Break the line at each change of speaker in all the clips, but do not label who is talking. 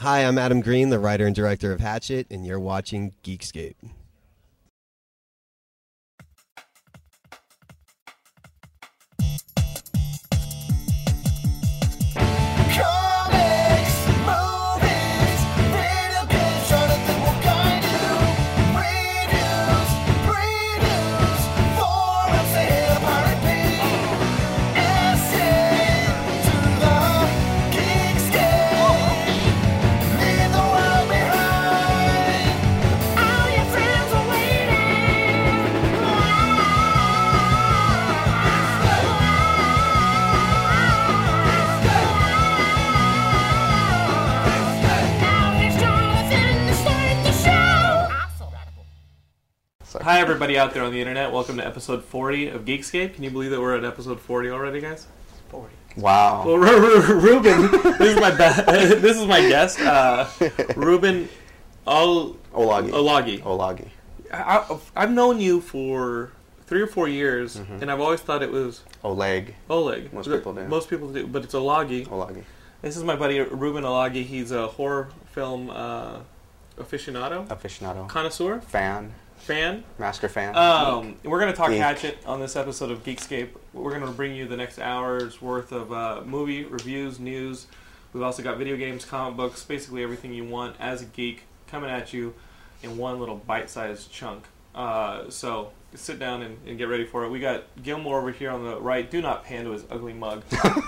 Hi, I'm Adam Green, the writer and director of Hatchet, and you're watching Geekscape.
Comics, movies, video games, trying to think what kind you reviews, previews, forums, they hit up to the Geekscape, leave the world behind. All your friends are waiting. Now it's Jonathan to start the show.
Hi, everybody out there on the internet. Welcome to episode 40 of Geekscape. Can you believe that we're at episode 40 already, guys?
Wow.
Well, Ru- Ru- Ruben, this is my be- this is my guest, uh, Ruben Ol-
Olagi.
Olagi.
Olagi.
I- I've known you for three or four years, and I've always thought it was
Oleg.
Oleg.
Mm-hmm. Most people do. Oh.
Most people do, but it's Olagi.
Olagi.
This is my buddy Ruben Olagi. He's a horror film uh, aficionado,
Aficionado.
connoisseur,
Fan.
fan.
Master fan.
Um, we're going to talk
Geek.
Hatchet on this episode of Geekscape. We're going to bring you the next hour's worth of uh, movie reviews, news. We've also got video games, comic books, basically everything you want as a geek coming at you in one little bite sized chunk. Uh, so sit down and, and get ready for it. We got Gilmore over here on the right. Do not pan to his ugly mug.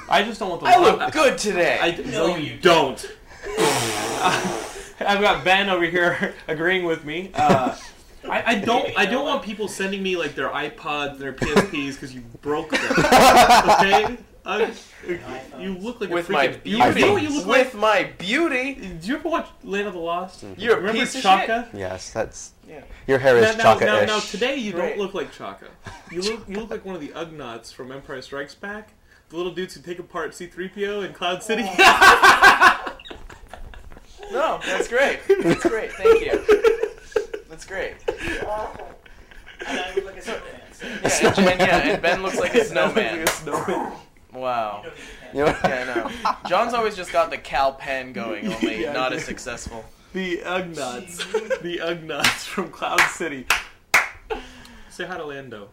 I just don't want the
I look good today.
I, no, you don't. I've got Ben over here agreeing with me. Uh, I, I don't. I don't want people sending me like their iPods and their PSPs because you broke them. Okay. I, you look like
with
a freaking,
my
You,
beauty.
you know what you look
with
like?
my beauty.
Did you ever watch Land of the Lost?
You're a
Remember
piece of
Chaka?
yes, that's.
Yeah.
Your hair
Now,
is
now,
Chaka
now,
ish.
now today you don't
Right.
look like Chaka. You look you look like one of the Ugnaughts from Empire Strikes Back. The little dudes who take apart C-3PO in Cloud City.
Oh. shit. No, that's great. That's great. Thank you. That's great. Yeah, and, and, yeah, and Ben looks like a snowman. Wow.
You know-
Yeah, I know. John's always just got the Cal Pen going, only not as successful.
The Ugnaughts. the Ugnaughts from Cloud City. Say hi to Lando.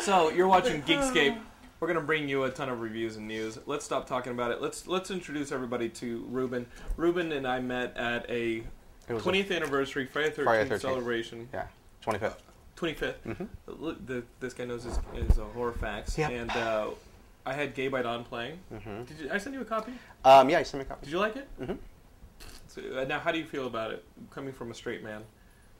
So you're watching Geekscape. We're gonna bring you a ton of reviews and news. Let's stop talking about it. Let's let's introduce everybody to Ruben. Ruben and I met at a
It was a-
20th anniversary Friday 13th,
Friday 13th.
celebration.
yeah. 25th.
25th. Look, the, this guy knows his is a horror facts.
Yep. Mm-hmm.
And uh, I had Gay by Dawn playing. Did you, I send you a copy?
Um, yeah, you sent me a
Did
copy.
you like it? Mm-hmm. So, uh, now, how do you feel about it? Coming from a straight man,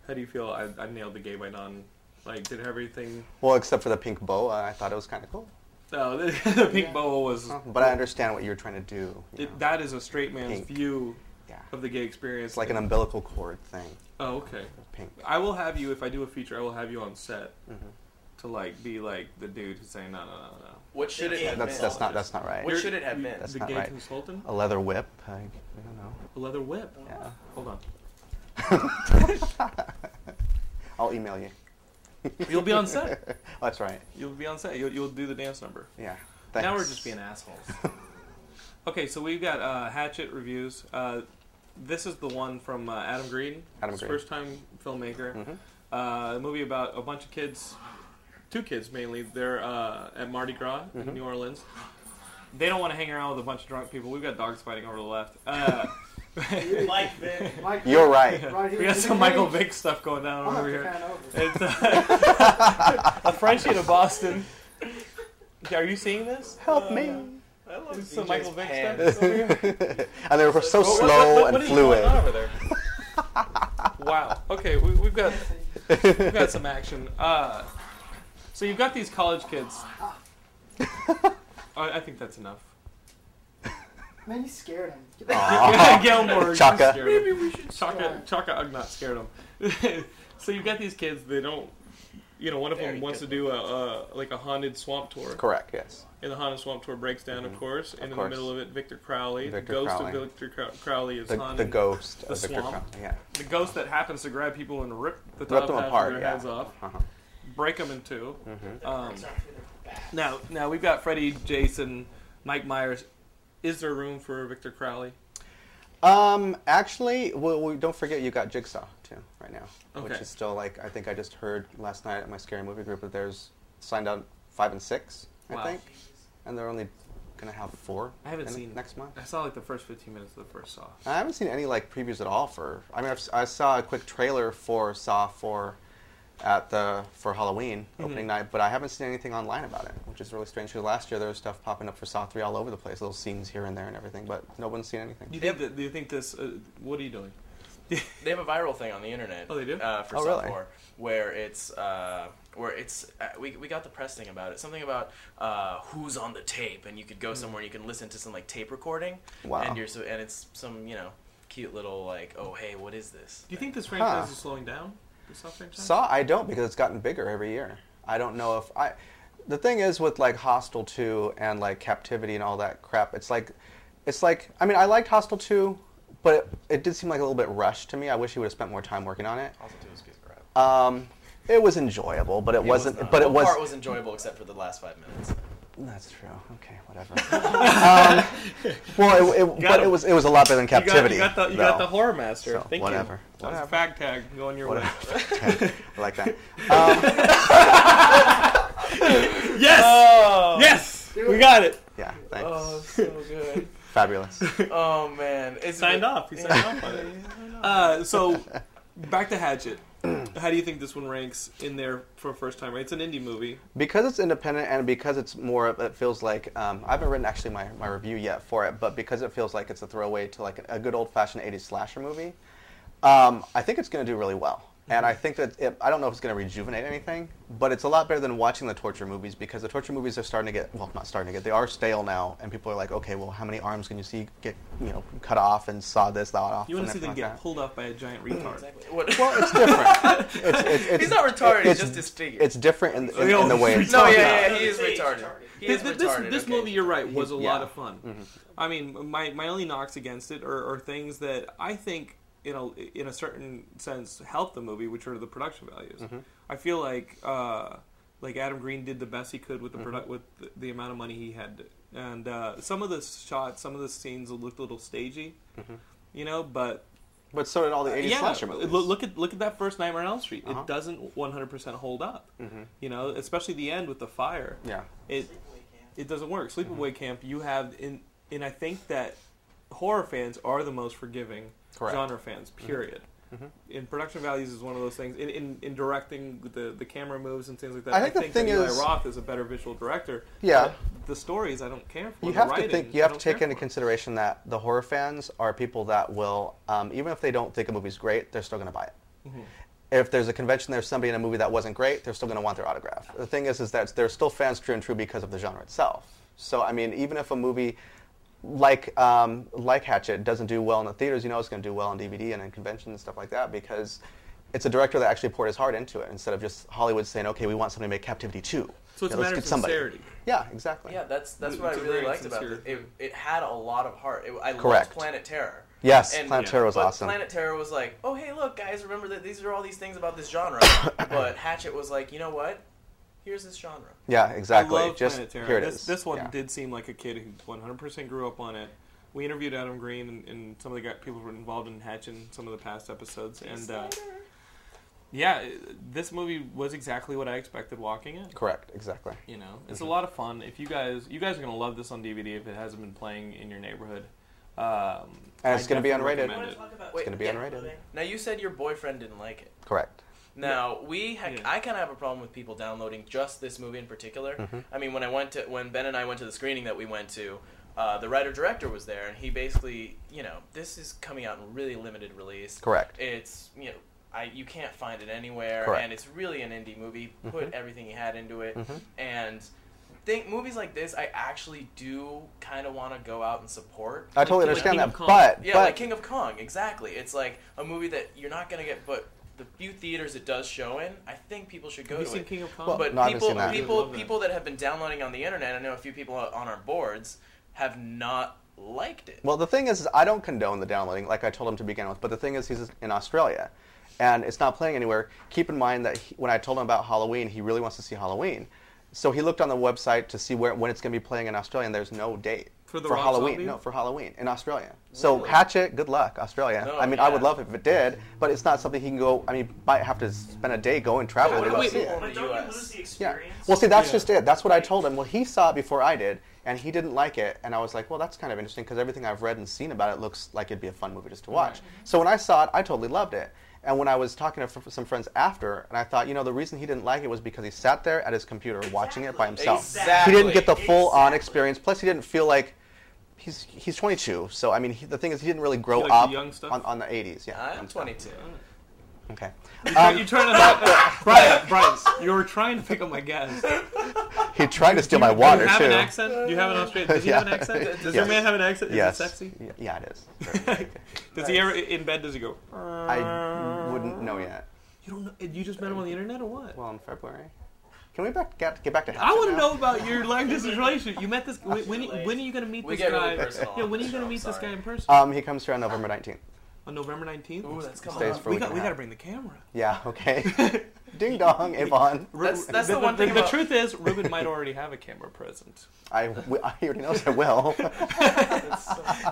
how do you feel? I, I nailed the gay by non. Like, did everything?
Well, except for the pink boa, I thought it was kind of cool.
No, the, the pink boa was.
But I understand what you were trying to do. you know.
It, that is a straight man's
Pink.
view
yeah.
of the gay experience.
It's like an umbilical cord thing.
Oh, okay.
Pink.
I will have you if I do a feature. I will have you on set
Mm-hmm.
to like be like the dude who's saying no, no, no, no.
What should it have
That's
been?
that's not that's not right.
What should it have been?
That's
the
not
gay
right.
consultant,
A leather whip. I, I don't know.
a leather whip.
Yeah.
Hold on.
I'll email you.
You'll be on set.
That's right.
You'll be on set. You'll, you'll do the dance number.
Yeah. Thanks.
Now we're just being assholes. okay, so we've got uh, Hatchet reviews. Uh, this is the one from uh, Adam Green,
Adam
his
Green. Mm-hmm.
first time filmmaker. Uh, a movie about a bunch of kids, two kids mainly. They're uh, at Mardi Gras
Mm-hmm.
in New Orleans. They don't want to hang around with a bunch of drunk people. We've got dogs fighting over the left. Uh,
Mike Vick. Mike
You're right.
right here.
we got some Michael Vick stuff going down
I'm
over
gonna
here.
pan over.
It's uh, a Frenchie to Boston. Are you seeing this?
Help me.
Uh, I love
DJ's
some Michael Vick
pants.
stuff over here.
and they were so
What-
slow
what- what- what
and
is going
fluid.
on over there? wow. Okay, we, we've got we've got some action. Uh, so you've got these college kids. I, I think that's enough.
Man, you scared him.
Oh.
Gilmore,
Ah, Chaka.
Maybe we should Chaka. Chaka Ugnat scared him. so you've got these kids. They don't. You know, one of them
Very
wants to do a, a like a haunted swamp tour.
Correct. Yes.
And the haunted swamp tour breaks down, of course. And in the
Mm-hmm. course.
middle of it, Victor Crowley,
Victor
the ghost
Crowley.
of Victor Crow- Crowley, is
The, the
haunted.
ghost
The
of Victor
swamp.
Crumb. Yeah.
the ghost that happens to grab people and rip the top
Rip them
half
apart.
of their
yeah. Mm-hmm.
heads off,
Uh-huh.
break them in 2 Um, now, now we've got Freddy, Jason, Mike Myers, Is there room for Victor Crowley?
Um, actually, well, we, don't forget you got Jigsaw too right now, which
Okay.
is still like I think I just heard last night at my scary movie group that there's signed out five and six,
Wow.
I think, and they're only gonna have four.
I haven't
in
seen-
next month.
I saw like the first 15 minutes of the first Saw.
I haven't seen any like previews at all for. I mean, I've, si saw a quick trailer for Saw Four at the for Halloween opening night, but I haven't seen anything online about it, which is really strange. Because last year there was stuff popping up for Saw Three all over the place, little scenes here and there and everything, but no one's seen anything.
Do you think that, do you think this? Uh, what are you doing?
They have a viral thing on the internet.
Oh, they do?
Uh, for
Oh,
Saw
really?
4, where it's uh, where it's uh, we, we got the press thing about it. Something about uh, who's on the tape, and you could
Hmm.
go somewhere and you can listen to some like tape recording.
Wow.
And you're so and it's some you know cute little like oh hey what is this?
Do you think this franchise
Huh.
is slowing down? The Saw franchise.
Saw I don't because it's gotten bigger every year. I don't know if I. The thing is with like Hostel Two and like Captivity and all that crap. It's like, it's like I mean I liked Hostel Two, but it, it did seem like a little bit rushed to me. I wish he would have spent more time working on it.
Also, too, it's good crap.
Um, it was enjoyable, but it,
was
wasn't.
not.
but it
What
was.
part was enjoyable except for the last five minutes.
That's true. Okay, whatever. um, well, it, it,
Got
but
him.
it was. It was a lot better than
You got,
captivity.
you got the you got
though.
the horror master.
So,
Thank
whatever.
you. That's a
Whatever.
fact tag going your way.
Whatever. I like that.
Yes.
Oh,
Yes. We got it.
Yeah. Thanks.
oh so good.
Fabulous.
Oh man, it's
Signed off. He signed off on it. Uh, so, back to Hatchet. How do you think this one ranks in there for first time? Right, it's an indie movie.
because it's independent and because it's more of- it feels like um, i haven't written actually my, my review yet for it but because it feels like it's a throwaway to like a good old-fashioned 80s slasher movie um, i think it's going to do really well and
Mm-hmm.
i think that it, i don't know if it's going to rejuvenate anything but it's a lot better than watching the torture movies because the torture movies are starting to get well not starting to get they are stale now and people are like okay well how many arms can you see get you know cut off and saw this that off
You want to
and
see them
everything
get
like that.
pulled off by a giant retard.
Exactly. What?
well it's different it's, it's, it's,
he's not retarded.
it's-
He's just disfigured.
it's different in, in,
Yo,
in the way it's
no,
talked about.
yeah, yeah, he is
He's
retarded. He
This,
is
this,
retarded.
this
okay.
movie, you're right, was a lot
yeah. Mm-hmm.
of fun. I mean, my, my only knocks against it are, are things that I think, in a, in a certain sense, help the movie, which are the production values.
Mm-hmm.
I feel like uh, like Adam Green did the best he could with the
Mm-hmm.
produ- with the, the amount of money he had, and uh, some of the shots, some of the scenes looked a little stagey, you know, but
But so did all the 80s Mm-hmm. slasher
lo-
movies.
Uh, Look at look at that first Nightmare on Elm Street.
Uh-huh. Mm-hmm.
It doesn't 100% hold up. You know, especially the end with the fire.
yeah.
It it doesn't work. Sleepaway
Mm-hmm.
Camp. You have in and I think that horror fans are the most forgiving
Correct. Mm-hmm.
genre fans. Period. In production values is one of those things. In, in, in directing the the camera moves and things like that.
I think the thing
that
is-
Eli Roth is a better visual director.
Yeah.
but The stories I don't care for.
You
The
have
writing,
to think. You
I
have to
don't care
take into
for.
consideration that the horror fans are people that will, um, even if they don't think a movie's great, they're still going to buy it.
Mm-hmm.
If there's a convention, there's somebody in a movie that wasn't great, they're still going to want their autograph. The thing is, is that they're still fans true and true because of the genre itself. So I mean, even if a movie like um, like Hatchet doesn't do well in the theaters, you know it's going to do well on DVD and in conventions and stuff like that because it's a director that actually poured his heart into it instead of just Hollywood saying, okay, we want somebody to make Captivity two.
So it's
You
a
know, let's
matter of
get somebody.
sincerity.
Yeah, exactly.
Yeah, that's that's
It's
what
a
I really
very
liked about it.
sincere-
it. It had a lot of heart. It, I
Correct.
loved Planet Terror.
Yes, Planet
yeah.
Terror was
but
awesome.
Planet Terror was like, oh hey, look guys, remember that these are all these things about this genre. but Hatchet was like, you know what? Here's this genre.
Yeah, exactly.
I love
Just
Planet Terror.
here it is.
this, this one
Yeah.
did seem like a kid who 100% grew up on it. We interviewed Adam Green and, and some of the guy, people who were involved in Hatch in some of the past episodes. And uh, yeah, it- this movie was exactly what I expected walking in.
Correct. Exactly.
You know, it's
Mm-hmm.
a lot of fun. If you guys, you guys are gonna love this on DVD if it hasn't been playing in your neighborhood. Um,
And it's
I
gonna be
definitely
unrated.
recommend it.
Wait,
gonna be
yeah.
unrated.
Now you said your boyfriend didn't like it.
Correct.
Now we, ha-
Yeah.
I kind of have a problem with people downloading just this movie in particular.
Mm-hmm.
I mean, when I went to, when Ben and I went to the screening that we went to, uh, the writer director was there, and he basically, you know, this is coming out in really limited release.
Correct.
It's you know, I you can't find it anywhere,
Correct. Mm-hmm.
and it's really an indie movie. Put everything he had into it, and think movies like this, I actually do kind of want to go out and support.
I
King
totally
of-
understand
King
that,
of Kong.
but
Yeah,
but
like King of Kong, exactly. It's like a movie that you're not gonna get, but the few theaters it does show in, I think people should go
Have you
to
seen
it.
King of Kong?
Well,
but
no, I haven't
people,
seen that.
people,
Love that.
people that have been downloading on the internet, I know a few people on our boards have not liked it.
well, the thing is, is, I don't condone the downloading, like I told him to begin with. But the thing is, he's in Australia, and it's not playing anywhere. Keep in mind that he, when I told him about Halloween, he really wants to see Halloween, so he looked on the website to see where when it's going to be playing in Australia, and there's no date.
For the
for
rock
Halloween.
zombie?
No, for Halloween in Australia. So
Really?
Hatchet, good luck, Australia.
Oh,
No,
I mean, I would
yeah.
love if it did, but it's not something he can go. I mean, might have to spend a day go and travel
But
to
wait,
go
wait,
see
wait,
it.
wait.
But don't you
US.
lose the
Yeah.
experience?
Well, see, that's
Yeah.
just it. That's what I told him. Well, he saw it before I did, and he didn't like it. And I was like, well, that's kind of interesting because everything I've read and seen about it looks like it'd be a fun movie just to watch. So when I saw it, I totally loved it. And when I was talking to f- some friends after, and I thought, you know, the reason he didn't like it was because he sat there at his computer watching it by
Exactly.
himself.
Exactly.
He didn't get the full on
Exactly.
experience. Plus, he didn't feel like he's he's 22. So I mean, he, the thing is, he didn't really grow
You like the
up
young stuff?
on, on the 80s. Yeah,
I'm
young stuff.
22.
Okay.
Are you trying to Brian, Brian, you were trying to pick up my gas.
Um, He tried to steal my
Do you
water
have
too.
an accent? Do you have an Australian? Does he have an
Yeah.
accent? Does
Yes.
your man have an accent? Is
Yes.
it sexy?
Y- Yeah, it is.
Does he ever in bed? Does he go?
I
Uh,
wouldn't know yet.
You don't know? You just met him on the internet or what?
Well, in February. Can we back, get, get back to
I
Hatchet
want to
now?
know about your long distance relationship. You met this. When, when,
late.
when are you going to meet
We
this
get
guy?
really personal.
yeah, when are you going
on
to
show,
meet this
sorry. Uh,
guy in person?
Um, he comes here on November 19th.
on November nineteenth.
Ooh, that's coming
Stays
up.
for
Uh,
a
We
week
got
and
we got
a
to
half.
bring the camera.
Yeah, okay. Ding dong, Yvonne.
That's-
Ru-
that's the one thing
The,
about-
truth is, Ruben might already have a camera present.
I, w- I already knows I will.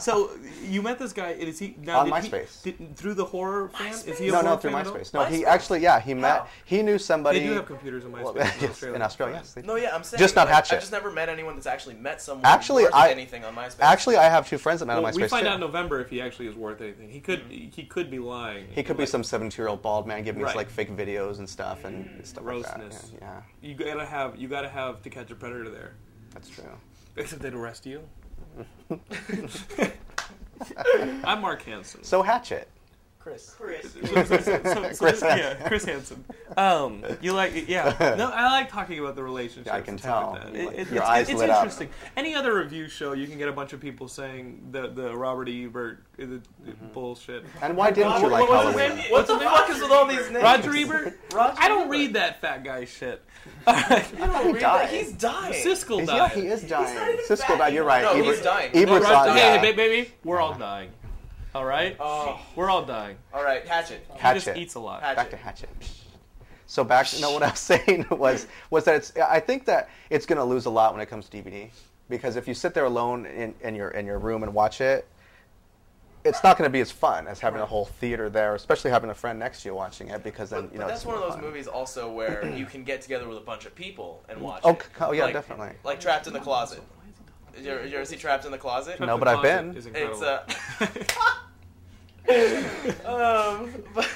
So you met this guy. Is he now,
On
did he-
MySpace.
did- through the horror fan? Is he a
no,
horror
no, through
fan at all?
MySpace. No, he
MySpace?
actually, yeah, he met,
Wow.
he knew somebody.
Oh. They do have computers in MySpace
well,
in
yes,
Australia.
in Australia. yes, they do.
No, yeah, I'm saying.
Just not
like,
Hatchet.
I've just never met anyone that's actually met someone
Actually,
worth
I-
anything on MySpace.
Actually, I have two friends that met
Well,
on MySpace.
we find
too. Mm-hmm.
out in November if he actually is worth anything. He could he could be lying.
He could be some 72 year old bald man giving us
Right.
like fake videos and stuff and stuff like that.
Grossness.
Yeah, yeah,
You gotta have you gotta have to catch a predator there.
that's true.
Except they'd arrest you. I'm Mark Hansen.
So, Hatchet.
Chris.
Chris.
so, so- so- so
Chris
this- yeah, Chris Hansen. Um, you like, yeah. No, I like talking about the relationship.
I can tell.
It,
Like,
it-
your
it's,
eyes
it's
lit up.
interesting. Any other review show, you can get a bunch of people saying the the Robert Ebert uh, the the
Mm-hmm.
bullshit.
And why didn't you
What-
like
what was his
Halloween?
name? What the fuck is with all these names?
Roger Ebert.
Roger
I don't
Ebert.
read that fat guy shit.
don't
He
read
died.
that. He's dying.
Siskel
He's-
died.
yeah, he is dying.
even
Siskel
back
died. You're
anymore.
right.
No,
Ebert,
he's dying. No,
Ebert's
Roger-
on
Roger-
Hey,
that.
ba- baby, we're all dying. All right,
Oh,
we're all dying.
all right, Hatchet.
He just
Hatchet.
eats a lot.
Hatchet.
back to Hatchet. So back. No, what I was saying was was that it's. I think that it's going to lose a lot when it comes to DVD because if you sit there alone in, in your in your room and watch it, it's not going to be as fun as having a whole theater there, especially having a friend next to you watching it because then
But,
you
but
know
that's
it's
one of
more
those
fun.
movies also where you can get together with a bunch of people and watch.
Oh,
it.
c- oh, yeah,
Like-
definitely.
Like Trapped in the Closet. You're, you're is he trapped in the closet?
No,
The
but I've
closet
been.
is incredible.
It's uh, um, but,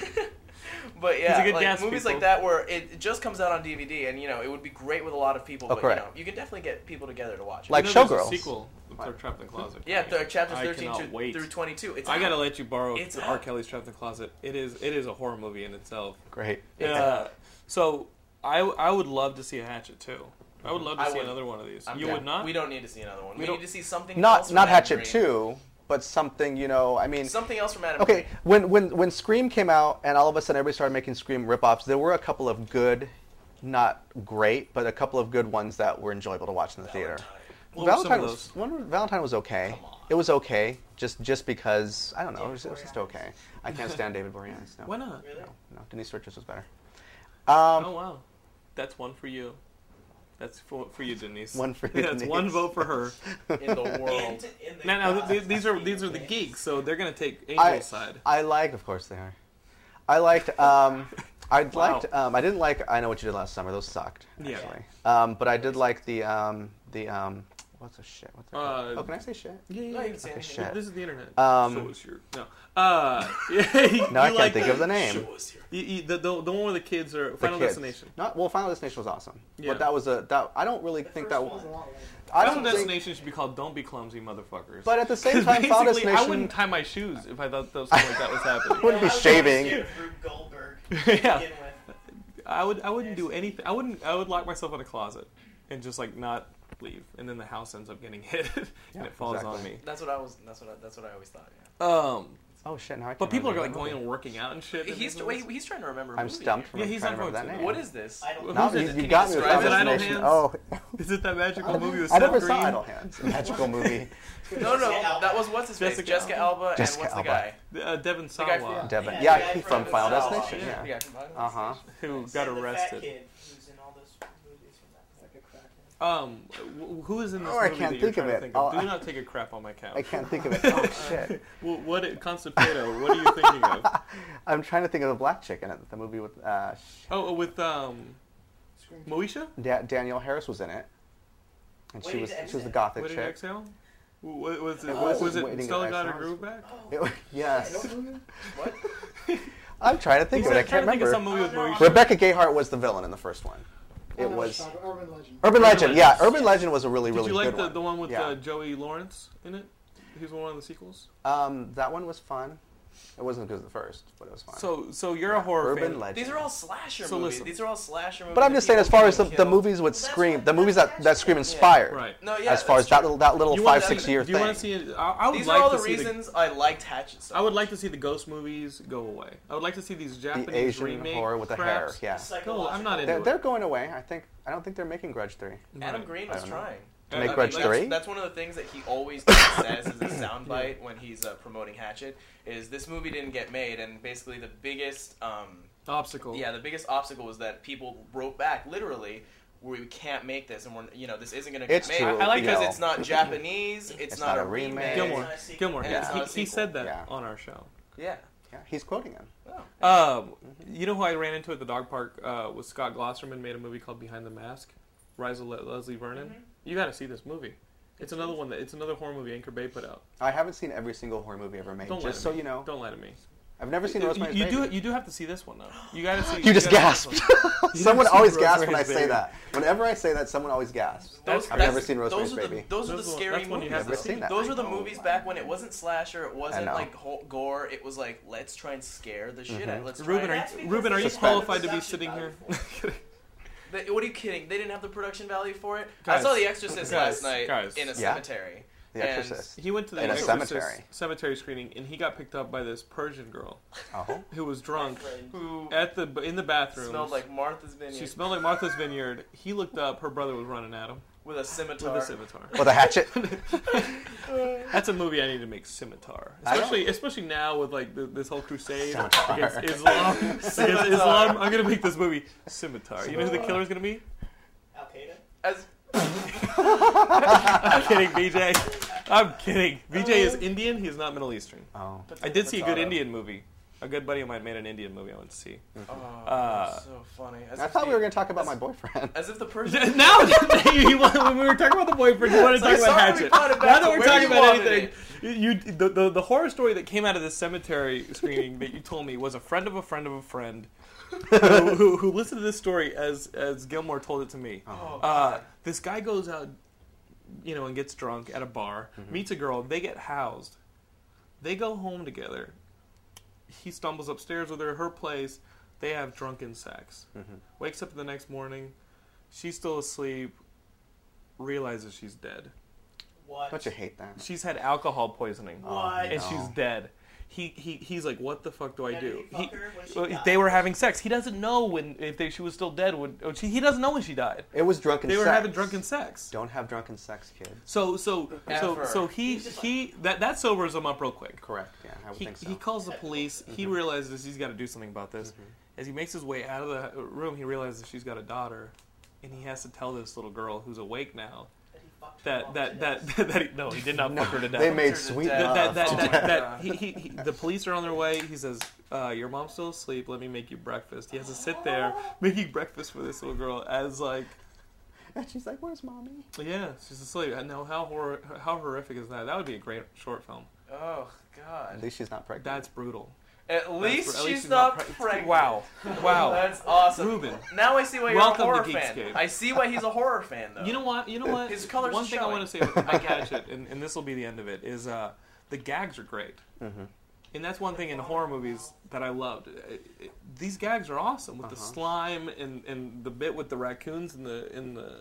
but yeah,
It's a good
like
guess,
movies
people.
like that where it, it just comes out on DVD, and you know it would be great with a lot of people.
Oh,
but
correct.
you know you can definitely get people together to watch. it.
Like
You know, there's
Showgirls.
A sequel to Trapped in the Closet.
yeah, th- chapters
I
thirteen
cannot
through,
wait.
through twenty-two. It's
I gotta
out.
let you borrow
It's
R.
out.
Kelly's Trapped in the Closet. It is it is a horror movie in itself.
Great.
It's
Uh,
out.
so I I would love to see a Hatchet too. I would love to
I
see
would.
another one of these.
I'm
you
down.
would not.
We don't need to see another one. We,
don't-
need to see something. else
Not
from
not
Adam
Hatchet
Green.
two, but something you know. I mean,
Something else from Adam.
Okay,
Green.
when when when Scream came out, and all of a sudden everybody started making Scream rip-offs, there were a couple of good, not great, but a couple of good ones that were enjoyable to watch in the theater.
What were some
Valentine
of
was
those?
one. Valentine was okay.
Come on.
It was okay, just just because I don't know, it was, it was just
Boreanaz.
okay. I can't stand David Boreanaz. No.
Why not?
Really?
No, Denise Richards was better.
Oh
Um,
wow, that's one for you. That's for, for you, Denise.
One for you,
That's one
Denise.
vote for her.
in the world.
And in the
Now, now
God.
th- these are these are the geeks, so they're gonna take
I
Angel's side.
I liked, of course they are. I liked. Um, I
Wow.
liked. Um, I didn't like. I know what you did last summer. Those sucked.
Yeah.
Actually. Um, but I did like the um, the um, what's the shit? What's that?
Uh,
oh, can I say shit?
Yeah,
No, you can say
Okay,
anything.
shit.
This is the internet.
Um,
so is your no. Uh, yeah, you-
No, I
you
can't
like
think of the name.
Show us your-
You, you, the, the the one where the kids are
The
Final
kids.
Destination.
Not well. Final Destination was awesome.
Yeah.
But that was a that I don't really
The
think
first
that
one.
was. I
Final
don't think,
Destination should be called "Don't Be Clumsy, Motherfuckers."
but at the same
'Cause
time, Final
basically, I
Destination.
wouldn't tie my shoes if I thought that was something like that was happening.
wouldn't be
I was
shaving.
confused with Goldberg to
yeah,
Uh,
begin with.
I would. I wouldn't do anything. I wouldn't. I would lock myself in a closet and just like not leave, and then the house ends up getting hit and it falls on
exactly.
me.
That's what I was. That's what. I, that's what I always thought. Yeah.
Um,
Oh shit! Now I.
but
can't
people are
remember
like
the
going
movie.
and working out and shit. and
He's
this-
wait, he's trying to remember. a
I'm
movie
stumped.
here.
From
Yeah, he's
trying
not
to remember
going
that
to.
name.
What is this?
I don't
Who's
No,
know.
is
you,
it?
you
Can you
got me with
describe
Final
it? Is it
Idle
Destination.
Hands?
Oh,
Is it that magical movie with
I
Seth
never
Green?
saw Idle Hands. a Magical movie.
No, no,
Jessica
that was what's his face?
Jessica
Jessica Alba, and
Jessica
what's
Alba.
the guy? Oh,
Uh, Devin
The guy
Sawa,
from-
Devin.
Yeah,
Yeah,
the guy
he's from
from
Final
Saw.
Destination.
The
Yeah.
guy from Final
Uh huh.
Destination.
who
It's
got
the fat
arrested.
kid who's in all those movies from that.
Like a crackhead.
Um, wh- who is in this
Oh, I
movie
can't
that you're
think of
trying to
it.
think of?
I'll-
Do not take a crap on my couch.
I can't think of it. Oh shit!
Well, what Constipato? What are you thinking of?
I'm trying to think of the black chick in it. The movie with uh, shit.
Oh, oh, with um,
Scream.
Moesha.
da- Danielle Harris was in it, and she
Waiting
was
to
she was the
Exhale.
gothic
Waiting to
chick. Oh,
exhale. W- wa- Was it
It
was, was
wasn't
it
Waiting to
Stella got her
Exhale.
groove back?
It was-
I
yes,
don't know.
What?
I'm trying to think
He's
of it. I
like trying
can't
to think of
remember.
some movie with
Oh, no.
Moesha.
Rebecca Gayhart was the villain in the first one.
I
Oh,
It
know
was
it's not Urban Legend.
Urban Legend. Yeah,
Legends.
Urban Legend was a really
Did
really
you like
good
the, the
one.
one with
Yeah.
uh, Joey Lawrence in it? He was one of the sequels.
Um, that one was fun. It wasn't as good as the first, but it was fun.
So, so you're a horror
Urban
fan.
Legend.
These are all slasher
So
movies.
listen.
These are all slasher movies.
But I'm
that
just saying, as
people
far as the,
can
the
kill.
movies with
that's
Scream,
what-
the movies that,
that's
that
what-
Scream
yeah.
inspired.
Right.
No, yeah.
as far as
that's
that
true.
little that little
You wanna
five
see-
six year
Do you
thing.
want to see it? I, I would
These
like
are all
to
the
see the-
reasons I liked Hatchet. Stuff.
I would like to see the ghost movies go away. I would like to see these Japanese
the Asian
remake
horror with the hair.
craps.
Yeah,
No, I'm not into
they're,
it.
they're going away. I think I don't think they're making Grudge three.
Adam Green
I
was
don't know.
trying.
To
make
I mean,
Grudge
that's,
3?
That's one of the things that he always says as a soundbite when he's uh, promoting Hatchet is this movie didn't get made, and basically the biggest, um,
Obstacle.
yeah, the biggest obstacle was that people wrote back literally. We can't make this, and we're you know this isn't going to get
It's
made
true.
I- I like
because
you know.
it's not Japanese. It's, not, a remake.
Gilmore. Gilmore.
Yeah.
He- He, he said that
Yeah.
on our show.
Yeah.
Yeah, he's quoting him.
Oh.
Um, you know who I ran into at the dog park uh, was Scott Glosserman. Made a movie called Behind the Mask. Rise of Le- Leslie Vernon. You got to see this movie. It's another one that it's another horror movie Anchor Bay put out.
I haven't seen every single horror movie ever made.
Don't lie to
just so
me.
you know,
Don't lie to me.
I've never seen
You,
Rosemary's
you
Baby.
do you do have to see this one though. You got to see.
You just
gotta see this
gasped.
one. You
someone
gotta see
always gasps when I
Rosemary's
say
Baby.
that. Whenever I say that, someone always gasps.
Those,
I've
that's-
never seen Rosemary's
those are
Baby.
The, those are the
Those are-
scary
that's one you
movies.
have
Never to seen see. that
Those were the
thing.
movies
Oh,
back
wow.
when it wasn't slasher. It wasn't
know.
like ho- gore. It was like let's try and scare the shit
Mm-hmm.
out. Let's
Ruben,
try
are
and-
That's
you,
because
Ruben, are
they
you
didn't have
qualified
the
to be
production
sitting here?
value
They- what are you kidding? They didn't have the production value for it.
Guys.
I saw The
Guys.
Exorcist last night
Guys.
in a
Yeah.
cemetery.
The
And
Exorcist.
He went to the
In a
Exorcist
cemetery.
cemetery screening, and he got picked up by this Persian girl
Oh,
who was drunk
Who
at the in the bathroom.
smelled like Martha's Vineyard
she smelled like Martha's Vineyard. He looked up. Her brother was running at him
with a scimitar.
with a scimitar.
with a hatchet.
That's a movie I need to make scimitar,
I don't-
especially especially now with like the, this whole crusade
Scimitar.
against Islam. against Islam, I'm gonna make this movie scimitar. You know who the killer's gonna be?
Al Qaeda.
As
I'm kidding, BJ. I'm kidding. BJ is Indian. He is not Middle Eastern.
Oh,
I did see a good
Potato.
Indian movie. A good buddy of mine made an Indian movie I went to see.
oh,
Uh,
that's so funny. As
I
if
thought we
the-
were going to talk about my boyfriend.
As if the person.
now, you want- when we were talking about the boyfriend, you want to
like,
talk about
sorry we
Hatchet.
brought it back
Now that
to
we're
where
talking
you
about
wanted
anything, you, you- the, the, the horror story that came out of this cemetery screening that you told me was a friend of a friend of a friend who, who, who listened to this story as, as Gilmore told it to me.
Oh,
Uh, this guy goes out, you know, and gets drunk at a bar, meets a girl, they get housed. They go home together. He stumbles upstairs with her, her place. They have drunken sex. Wakes up the next morning. She's still asleep. Realizes she's dead.
What?
Don't you hate that?
She's had alcohol poisoning.
What?
And
Oh, no.
she's dead. He, he, he's like, what the fuck do I
Now, did
do?
he fuck her when she
well,
died?
they were having sex. He doesn't know when if they, she was still dead. When, or she, he doesn't know when she died.
It was drunken
They were
sex.
having drunken sex.
Don't have drunken sex, kid.
So so so
Ever.
so he
He's just like-
he that that sobers him up real quick.
Correct. Yeah, I would
He
think so. Mm-hmm.
he calls the police. He realizes he's got to do something about this. As he makes his way out of the room, he realizes she's got a daughter, and he has to tell this little girl who's awake now that that that that, he, no, he did not fuck her to death.
they made
to
sweet
death.
that,
love.
that,
Oh
that,
my
that,
God.
he, he, he, the police are on their way. He says, uh, "Your mom's still asleep. Let me make you breakfast." He has to sit there making breakfast for this little girl as like
and she's like, "Where's mommy?"
yeah, she's asleep. I know how horror, how horrific is that? That would be a great short film.
oh
At
God.
least she's not pregnant.
That's brutal.
At least
That's- at
she's,
least
not,
preg-
pregnant.
Wow. Wow.
That's awesome.
Ruben.
Now I see why you're
Welcome
a horror
to
fan.
Geekscape.
I see why he's a horror fan though.
You know what? You know what?
His colors
One
are
thing I
showing.
want to say about Hatchet, and, and this will be the end of it, is uh, the gags are great.
Mm-hmm.
And that's one thing in horror movies that I loved. Uh, uh, These gags are awesome with the
Uh-huh.
slime and, and the bit with the raccoons in the in the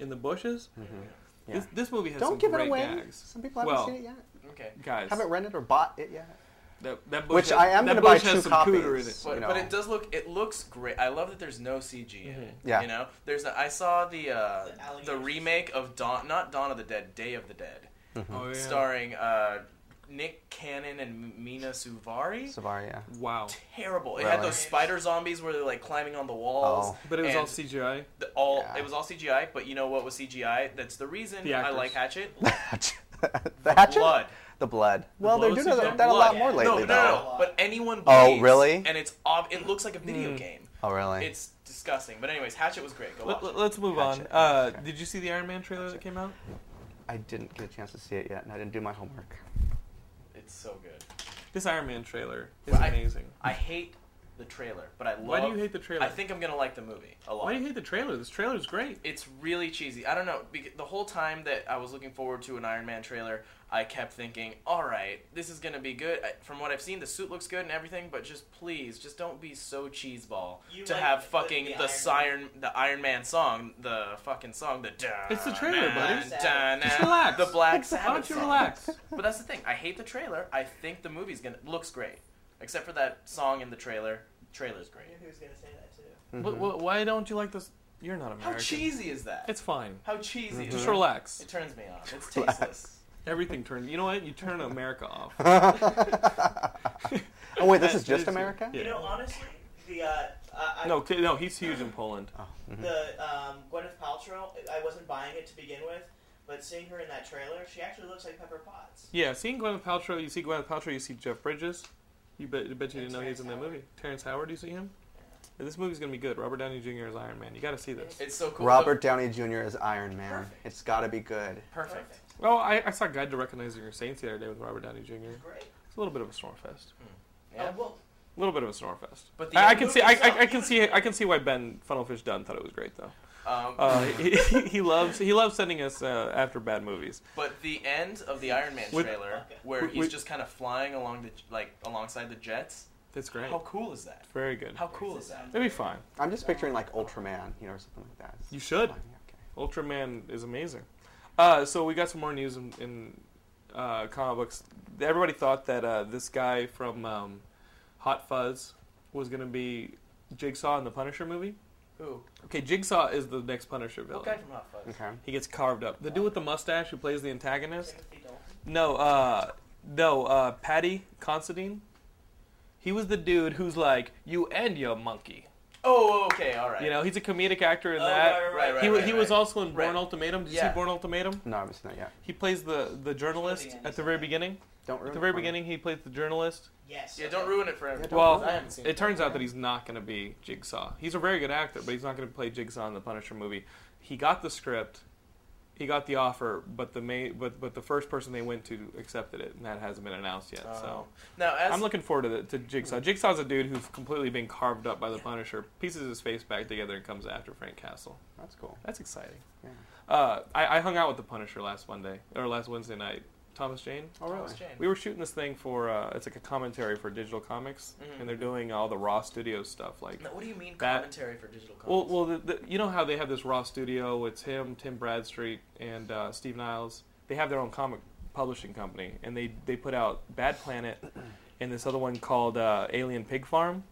in the bushes. This,
Mm-hmm. Yeah.
this movie has
Don't
some
give it
great
away.
gags.
Some people haven't
Well,
seen it yet.
Okay.
Guys,
Haven't rented or bought it yet.
that, that bush
Which
has-
I am
that
gonna buy
bush has
two
some cooter in
copies.
it.
But,
you
but
know.
it does look it looks great. I love that there's no CG in it.
Mm-hmm.
Yeah.
You know, there's a, I saw the uh,
The
the,
alligators.
Mm-hmm.
remake of Dawn, not Dawn of the Dead, Day of the Dead,
Oh, yeah.
starring uh, Nick Cannon and Mina Suvari.
Savari, yeah.
Wow.
Terrible. It had
Really?
those spider zombies where they're like climbing on the walls.
Oh.
But it was
and
all CGI.
the- all-
Yeah.
it was all CGI. But you know what was CGI? That's the reason
The
I
actors.
like Hatchet.
the hatchet?
Blood.
The blood. well,
blood
they're doing
CGI.
that, that a lot
Blood.
more
No,
lately,
no, no,
though.
no, But anyone.
Oh,
Plays,
really?
And it's ob- It looks like a video
Hmm.
game.
Oh, really?
It's disgusting. But anyways, Hatchet was great. Go watch
Let,
it.
us move
Hatchet.
on. Uh,
Okay.
Did you see the Iron Man trailer that came out?
I didn't get a chance to see it yet, and I didn't do my homework.
It's so good.
This Iron Man trailer is
Well, I-
amazing.
I hate the trailer, but I love.
Why do you hate the trailer?
I think I'm gonna like the movie a lot.
Why do you hate the trailer? This trailer's great.
it's really cheesy. I don't know. Because the whole time that I was looking forward to an Iron Man trailer, I kept thinking, "All right, this is gonna be good." I, from what I've seen, the suit looks good and everything, but just please, just don't be so cheeseball
You
to
like
have
the-
fucking
the
the,
Iron
Iron the Iron Man song, the fucking song, the da.
It's the trailer, buddy.
da-
Just
na-
relax.
The Black
Why
Sabbath.
don't you
song.
relax?
But that's the thing. I hate the trailer. I think the movie's gonna looks great, except for that song in the trailer. Trailer's great.
I knew he was gonna say that too.
Wh- wh- why don't you like this? You're not American.
Mm-hmm. How Mm-hmm. cheesy is that?
It's fine.
How cheesy is
Just
that?
relax.
It turns me on. It's
Relax.
tasteless.
Everything turned. You know what? You turn America off.
oh, wait, this is
That
just America?
Yeah.
You know, honestly, the uh, I, I,
no, ki- no, he's huge in Poland.
the um, Gwyneth Paltrow. I wasn't buying it to begin with, but seeing her in that trailer, she actually looks like Pepper Potts.
Yeah, seeing Gwyneth Paltrow, you see Gwyneth Paltrow, you see Jeff Bridges. You bet, you bet you
And
didn't know he was in
Terrence
that
Howard.
movie. Terrence Howard, do you see him? Yeah, This movie's gonna be good. Robert Downey Jr. is Iron Man. You gotta see this.
It's so cool.
Robert Downey Jr. is Iron Man.
Perfect.
It's got to be good.
Perfect.
Oh, I, I saw Guide to Recognizing Your Saints the other day with Robert Downey Jr.
Great.
It's a little bit of a storm fest.
Yeah.
Uh, well,
A little bit of a storm fest.
But the
I, I
end
can see. I, I, I can see. I can see why Ben Funnelfish Dunn thought it was great though.
Um,
Uh, he, he loves. He loves sending us uh, after bad movies.
but the end of the Iron Man
With-
trailer,
Okay.
where
With-
he's
with-
just kind of flying along the like alongside the jets.
That's great.
How cool is that?
Very good.
How cool is that?
It'll be fine.
I'm just picturing like Ultraman, you know, or something like that.
You should.
Fine, okay.
Ultraman is amazing. Uh, so we got some more news in, in uh, comic books. Everybody thought that uh, this guy from um, Hot Fuzz was going to be Jigsaw in the Punisher movie.
Who?
Okay, Jigsaw is the next Punisher
What
villain.
guy from Hot Fuzz?
Okay.
He gets carved up. The dude with the mustache who plays the antagonist.
Timothy Dalton.
No, uh, no, uh, Patty Considine. He was the dude who's like, you and your monkey.
Oh, okay, all right.
You know, he's a comedic actor in
Oh,
that.
right, right,
right, right.
he, wa-
right,
he
right.
was also in Born
Right.
Ultimatum. Did you
Yeah.
see Born Ultimatum?
No, I haven't seen that yet.
He plays the, the journalist
end,
at the
isn't
very
it?
beginning.
Don't ruin
At the
it
very
for me.
beginning, he plays the journalist.
Yes.
Yeah, don't ruin it for everyone.
don't
Well,
I haven't seen
It turns out that he's not going to be Jigsaw. He's a very good actor, but he's not going to play Jigsaw in the Punisher movie. He got the script, he got the offer, but the ma- but but the first person they went to accepted it, and that hasn't been announced yet. So
Oh. Now, as
I'm looking forward to the, to Jigsaw. Jigsaw's a dude who's completely been carved up by the Punisher, pieces his face back together, and comes after Frank Castle.
That's cool.
That's exciting.
Yeah.
Uh, I, I hung out with the Punisher last Monday or last Wednesday night. Thomas Jane.
Oh, really?
Thomas Jane.
We were shooting this thing for uh, it's like a commentary for digital comics,
Mhm.
and they're doing all the Raw Studio stuff. Like,
Now, what do you mean
That-
commentary for digital comics?
well, well, the, the, you know how they have this Raw Studio? It's him, Tim Bradstreet, and uh, Steve Niles. They have their own comic publishing company, and they they put out Bad Planet and this other one called uh, Alien Pig Farm,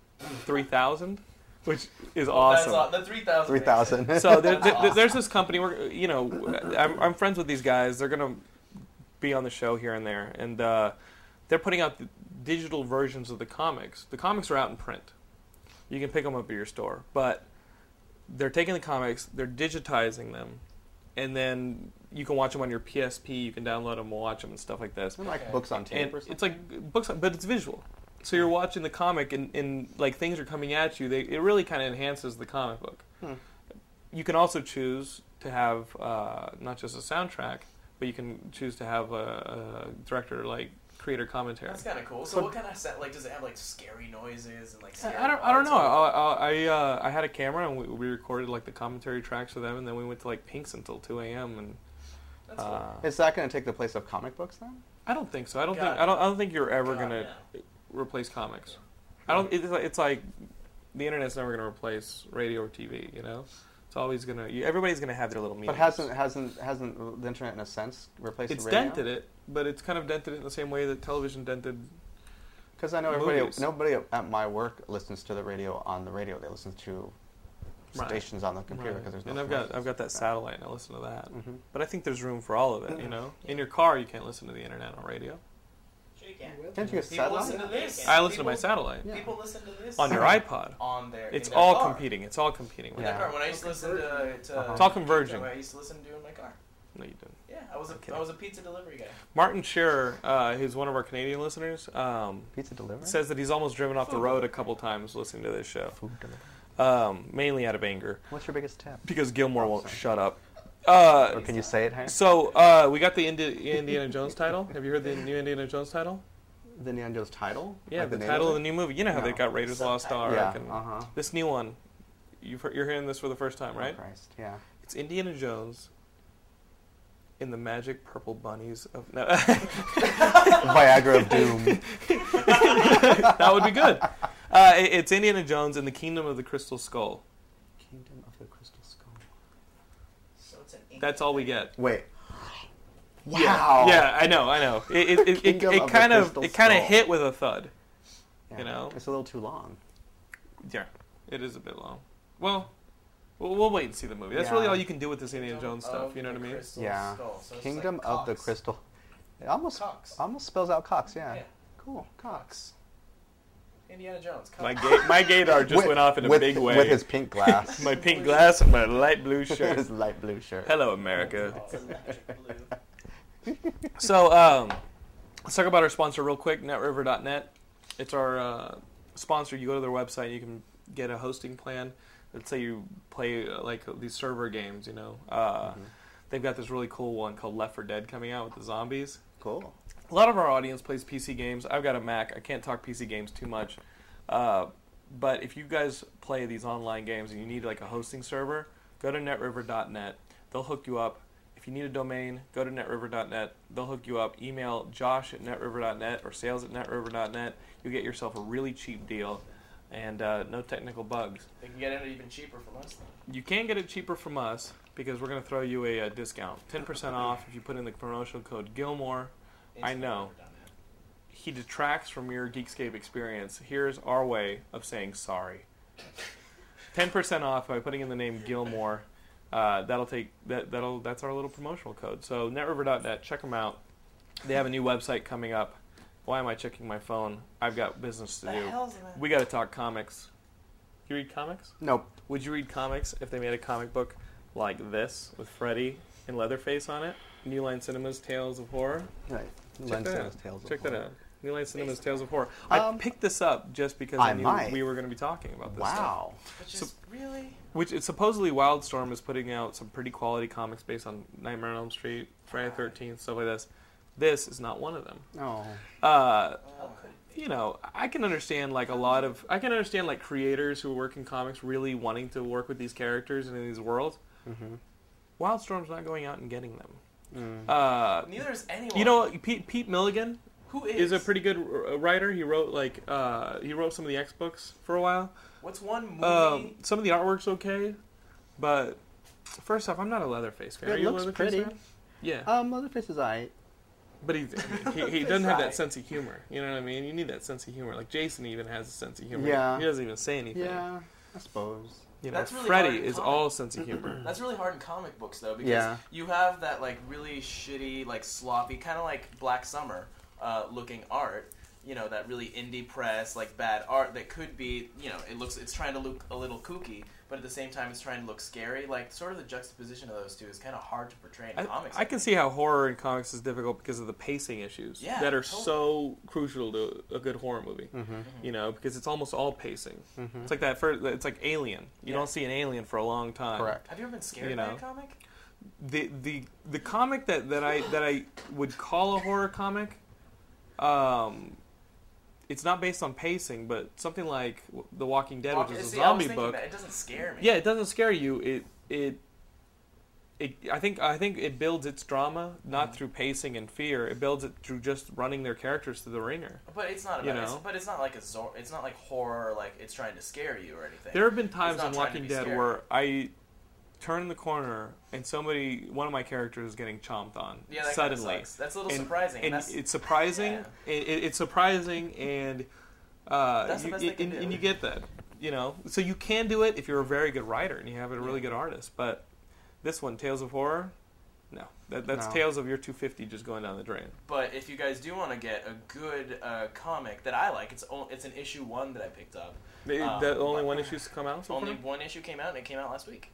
three thousand, which is awesome.
That's all, the 3,000.
Three thousand.
So there, there- there- there's this company. We're, you know, I'm, I'm friends with these guys. They're gonna be on the show here and there, and uh, they're putting out the digital versions of the comics. The comics are out in print. You can pick them up at your store, but they're taking the comics, they're digitizing them, and then you can watch them on your PSP. You can download them, watch them, and stuff like this.
Isn't it like
Okay.
books on
And
tape or something.
it's like books, but it's visual. So you're watching the comic, and, and like things are coming at you. They, it really kind of enhances the comic book. You can also choose to have uh, not just a soundtrack, but you can choose to have a, a director like creator commentary.
That's kind of cool. So, what kind of set? Like, does it have like scary noises and like? Scary
I I don't. I don't
parts?
know. I I I, uh, I had a camera and we, we recorded like the commentary tracks for them, and then we went to like Pink's until two a.m. and
That's cool.
uh,
Is that going to take the place of comic books then?
I don't think so. I don't
God.
think. I don't. I don't think you're ever
God,
gonna replace comics. I don't. It's like, it's like the internet's never gonna replace radio or TV. You know, it's always gonna. You, everybody's gonna have their little meetings.
But hasn't hasn't hasn't the internet in a sense replaced
it's
the radio?
dented it, but it's kind of dented it in the same way that television dented.
Because I know everybody,
Movies.
nobody at my work listens to the radio on the radio. They listen to
Right.
stations on the computer because there's no.
and I've got I've got that satellite and I listen to that.
hmm Mm-hmm.
But I think there's room for all of it. You know, in your car you can't listen to the internet on radio.
streak, yeah.
Can't you use
People
satellite?
listen to this.
I listen to my
People-
satellite
Yeah.
People listen to this
on your iPod.
on there.
It's
in their
all
car.
competing. It's all competing.
In
Yeah.
their car. When I used to listen to, to
Uh-huh.
It's all converging.
I used to listen to in my car.
No, you didn't.
Yeah, I was a I
Okay.
was a pizza delivery guy.
Martin Scherer, uh, who's one of our Canadian listeners, um,
Pizza delivery?
says that he's almost driven off the road a couple times listening to this show,
Food delivery.
um, mainly out of anger
What's your biggest tip?
because Gilmore won't
sorry.
shut up.
Or
Uh,
can you say it, Hank?
so uh, we got the Indi- Indiana Jones title. Have you heard the new Indiana Jones title?
The Neon Joe's title?
Yeah,
Like
the,
name
title of
it?
the new movie. You know how they
No.
got Raiders Lost Ark
Yeah,
and
uh-huh.
this new one. You've heard, you're hearing this for the first time,
Oh,
right?
Christ, yeah.
It's Indiana Jones in the magic purple bunnies of. No.
Viagra of Doom.
that would be good. Uh, it- it's Indiana Jones in the Kingdom of the Crystal Skull.
Kingdom of the Crystal Skull.
So it's an ink-
That's all we get.
Wait. Wow.
Yeah, I know, I know. It it, it, it,
Kingdom of
it
the
kind of
Crystal
it kind of
Skull.
hit with a thud.
Yeah.
You know?
It's a little too long.
Yeah, it is a bit long. Well, we'll, we'll wait and see the movie. That's
Yeah.
really all you can do with this Indiana Jones stuff.
Of
You know
the
what I mean?
Crystal
Yeah.
Skull. So it's
Kingdom
like
of the
Cox.
Crystal. It almost
Cox.
almost spells out Cox, yeah.
Yeah.
Cool. Cox.
Indiana Jones. Cox.
My ga- my gaydar just
With-
went off in a
with,
big way.
With his pink glass.
my pink glass and my light blue shirt.
his light blue shirt.
Hello,
Oh,
America.
It's electric blue.
So, um, let's talk about our sponsor real quick, netriver.net. It's our uh, sponsor. You go to their website, you can get a hosting plan. Let's say you play uh, like these server games, you know. Uh, They've got this really cool one called Left 4 Dead coming out with the zombies.
Cool.
A lot of our audience plays PC games. I've got a Mac. I can't talk PC games too much. Uh, but if you guys play these online games and you need like a hosting server, go to netriver.net. They'll hook you up. If you need a domain, go to netriver.net. They'll hook you up. Email josh at netriver.net or sales at netriver.net. You'll get yourself a really cheap deal and uh, no technical bugs.
They can get it even cheaper from us. Then.
You can get it cheaper from us because we're going to throw you a, uh discount 10% off if you put in the promotional code Gilmore. I know. he detracts from your Geekscape experience. Here's our way of saying sorry. Ten percent off by putting in the name Gilmore. Uh, that'll take that. That'll that's our little promotional code. So netriver.net. Check them out. They have a new website coming up. Why am I checking my phone? I've got business to
The
do.
hell's that?
We got to talk comics. You read comics?
Nope.
Would you read comics if they made a comic book like this with Freddy and Leatherface on it? New Line Cinema's Tales of Horror.
Right.
Check
Lens
that
Tales,
out.
Tales of
Check that
Horror.
out. New Line Cinema's
Basically.
Tales of Horror. I
Um,
picked this up just because I,
I
knew
might.
we were going to be talking about this. stuff.
Wow.
Which is
So-
really
Which is supposedly Wildstorm is putting out some pretty quality comics based on Nightmare on Elm Street, Friday the 13th, stuff like this. This is not one of them.
Oh.
Uh,
How could it be?
you know, I can understand like a lot of I can understand like creators who work in comics really wanting to work with these characters and in these worlds.
Mm-hmm.
Wildstorm's not going out and getting them.
Mm.
Uh,
neither is anyone.
you know, Pete, Pete Milligan
who is
is a pretty good r- writer. He wrote like uh, he wrote some of the X books for a while.
What's one movie?
Um, some of the artwork's okay, but first off, I'm not a Leatherface fan.
It
Are you a
looks
Leatherface
pretty.
fan? Yeah,
Um, Leatherface is I.
but he's, he, he doesn't have that
Right.
sense of humor. You know what I mean? You need that sense of humor. Like Jason even has a sense of humor.
Yeah.
he doesn't even say anything.
Yeah, I suppose.
you know,
That's really hard
Freddy
to
is
comment.
all sense of humor.
That's really hard in comic books though, because
Yeah.
you have that like really shitty, like sloppy, kind of like Black Summer uh, looking art. You know that really indie press, like bad art that could be. You know, it looks it's trying to look a little kooky, but at the same time it's trying to look scary. Like sort of the juxtaposition of those two is kind of hard to portray in
I,
comics.
I can see how horror in comics is difficult because of the pacing issues
Yeah,
that are
totally.
so crucial to a good horror movie. You know, because it's almost all pacing. It's like that. First, it's like Alien. You
Yeah.
don't see an alien for a long time.
Correct.
Have you ever been scared
You
by
know.
a comic?
The the the comic that, that I that I would call a horror comic, um, it's not based on pacing, but something like The Walking Dead,
Walk-
which is a
see, I was
zombie
thinking
book.
that. It doesn't scare me.
Yeah, it doesn't scare you. It it it. I think I think it builds its drama not through pacing and fear. It builds it through just running their characters through the ringer.
But it's not about.
You
It's,
know.
but it's not like a. Zor- it's not like horror. Like it's trying to scare you or anything.
There have been times
not
on
trying to
Walking
be
Dead
scary.
where I turn the corner and somebody, one of my characters, is getting chomped on
Yeah, that kinda
suddenly.
sucks. That's a little
And-
surprising.
and
that's,
it's surprising.
Yeah.
It, it- it's surprising, and uh,
That's the
you,
best they can
and,
do.
and you get that. You know, so you can do it if you're a very good writer and you have a really
Yeah.
good artist. But this one, Tales of Horror, No, that, that's
No.
Tales of Your 250 just going down the drain.
But if you guys do want to get a good uh, comic that I like, it's o- it's an issue one that I picked up.
They,
Um,
the only
but-
one issue's come out so
Only
far?
one issue came out, and it came out last week.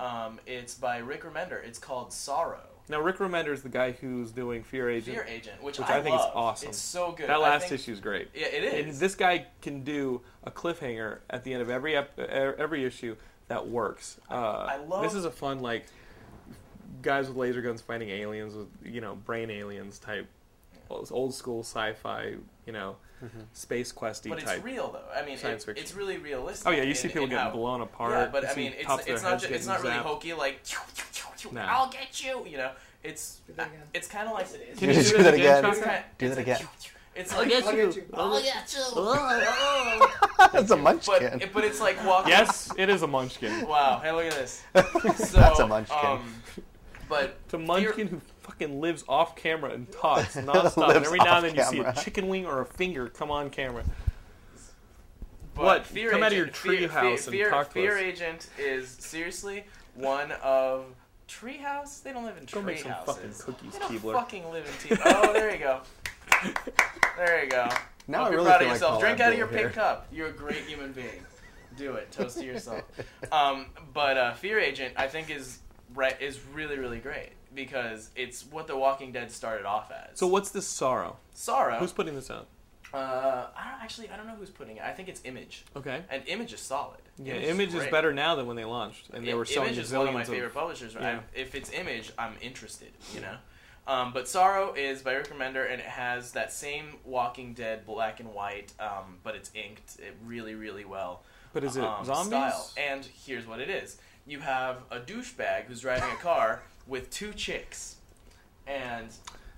Um, it's by Rick Remender. It's called Sorrow.
Now, Rick Remender is the guy who's doing Fear Agent.
Fear Agent, which,
Which
I,
I think is
love.
awesome.
It's so good. I
That last
think-
issue is great.
Yeah, it is.
And this guy can do a cliffhanger at the end of every ep- er- every issue that works. Uh,
I love-
This is a fun like guys with laser guns fighting aliens with you know brain aliens type old old school sci-fi you know space questy
Mm-hmm. but
type.
it's real though. I mean,
science
it-
fiction.
it's really realistic.
oh yeah, you
in-
see people
in
getting
how-
blown apart.
Yeah, but
You
I
see
mean, it's,
tops of
it's
their
not
heads
ju- it's
getting
not really
zapped.
hokey like
No.
I'll get you. You know, it's
Do that again.
it's kind of like
Yes, it is.
Can
You
you
just
do
do
that
that
again?
again.
it's
Chaka?
kinda-
Do that again.
It's like
I'll get you.
Oh,
That's a
but
munchkin.
it, but it's like walking.
Yes, it is a munchkin.
Wow. Hey, look at this. So,
That's a munchkin.
Um, but
It's a munchkin who fucking lives off camera and talks nonstop. and
Lives
every now
off
and then you see a
camera.
chicken wing or a finger come on camera.
But
What?
Fear
Come
Agent,
out of your
Fear- Fear,
treehouse and
Fear,
talk to
Fear
us.
Agent is seriously one of treehouse. They don't live in
Go make some
treehouses.
fucking cookies,
They don't
Keebler.
fucking live in tea. Oh, there you go. There you go.
now
Hope
I
you're
really feel
proud of
like
yourself.
Paul
Drink out
Abdul
of your
here.
pink cup. You're a great human being. Do it. Toast to yourself. Um, but uh, Fear Agent, I think, is right is really really great because it's what The Walking Dead started off as.
So what's this sorrow?
Sorrow.
Who's putting this out?
uh, I don't actually. I don't know who's putting it. I think it's Image,
Okay.
and Image is solid.
Yeah, Image is
great.
better now than when they launched, and they
I-
were selling
Image is one of my
zillions
favorite
of.
publishers.
Yeah.
I, if it's Image, I'm interested. You know, um, but Sorrow is by Rick Remender, and it has that same Walking Dead black and white, um, but it's inked it really, really well.
But is it
um, Style.
zombies?
And here's what it is: you have a douchebag who's driving a car with two chicks, and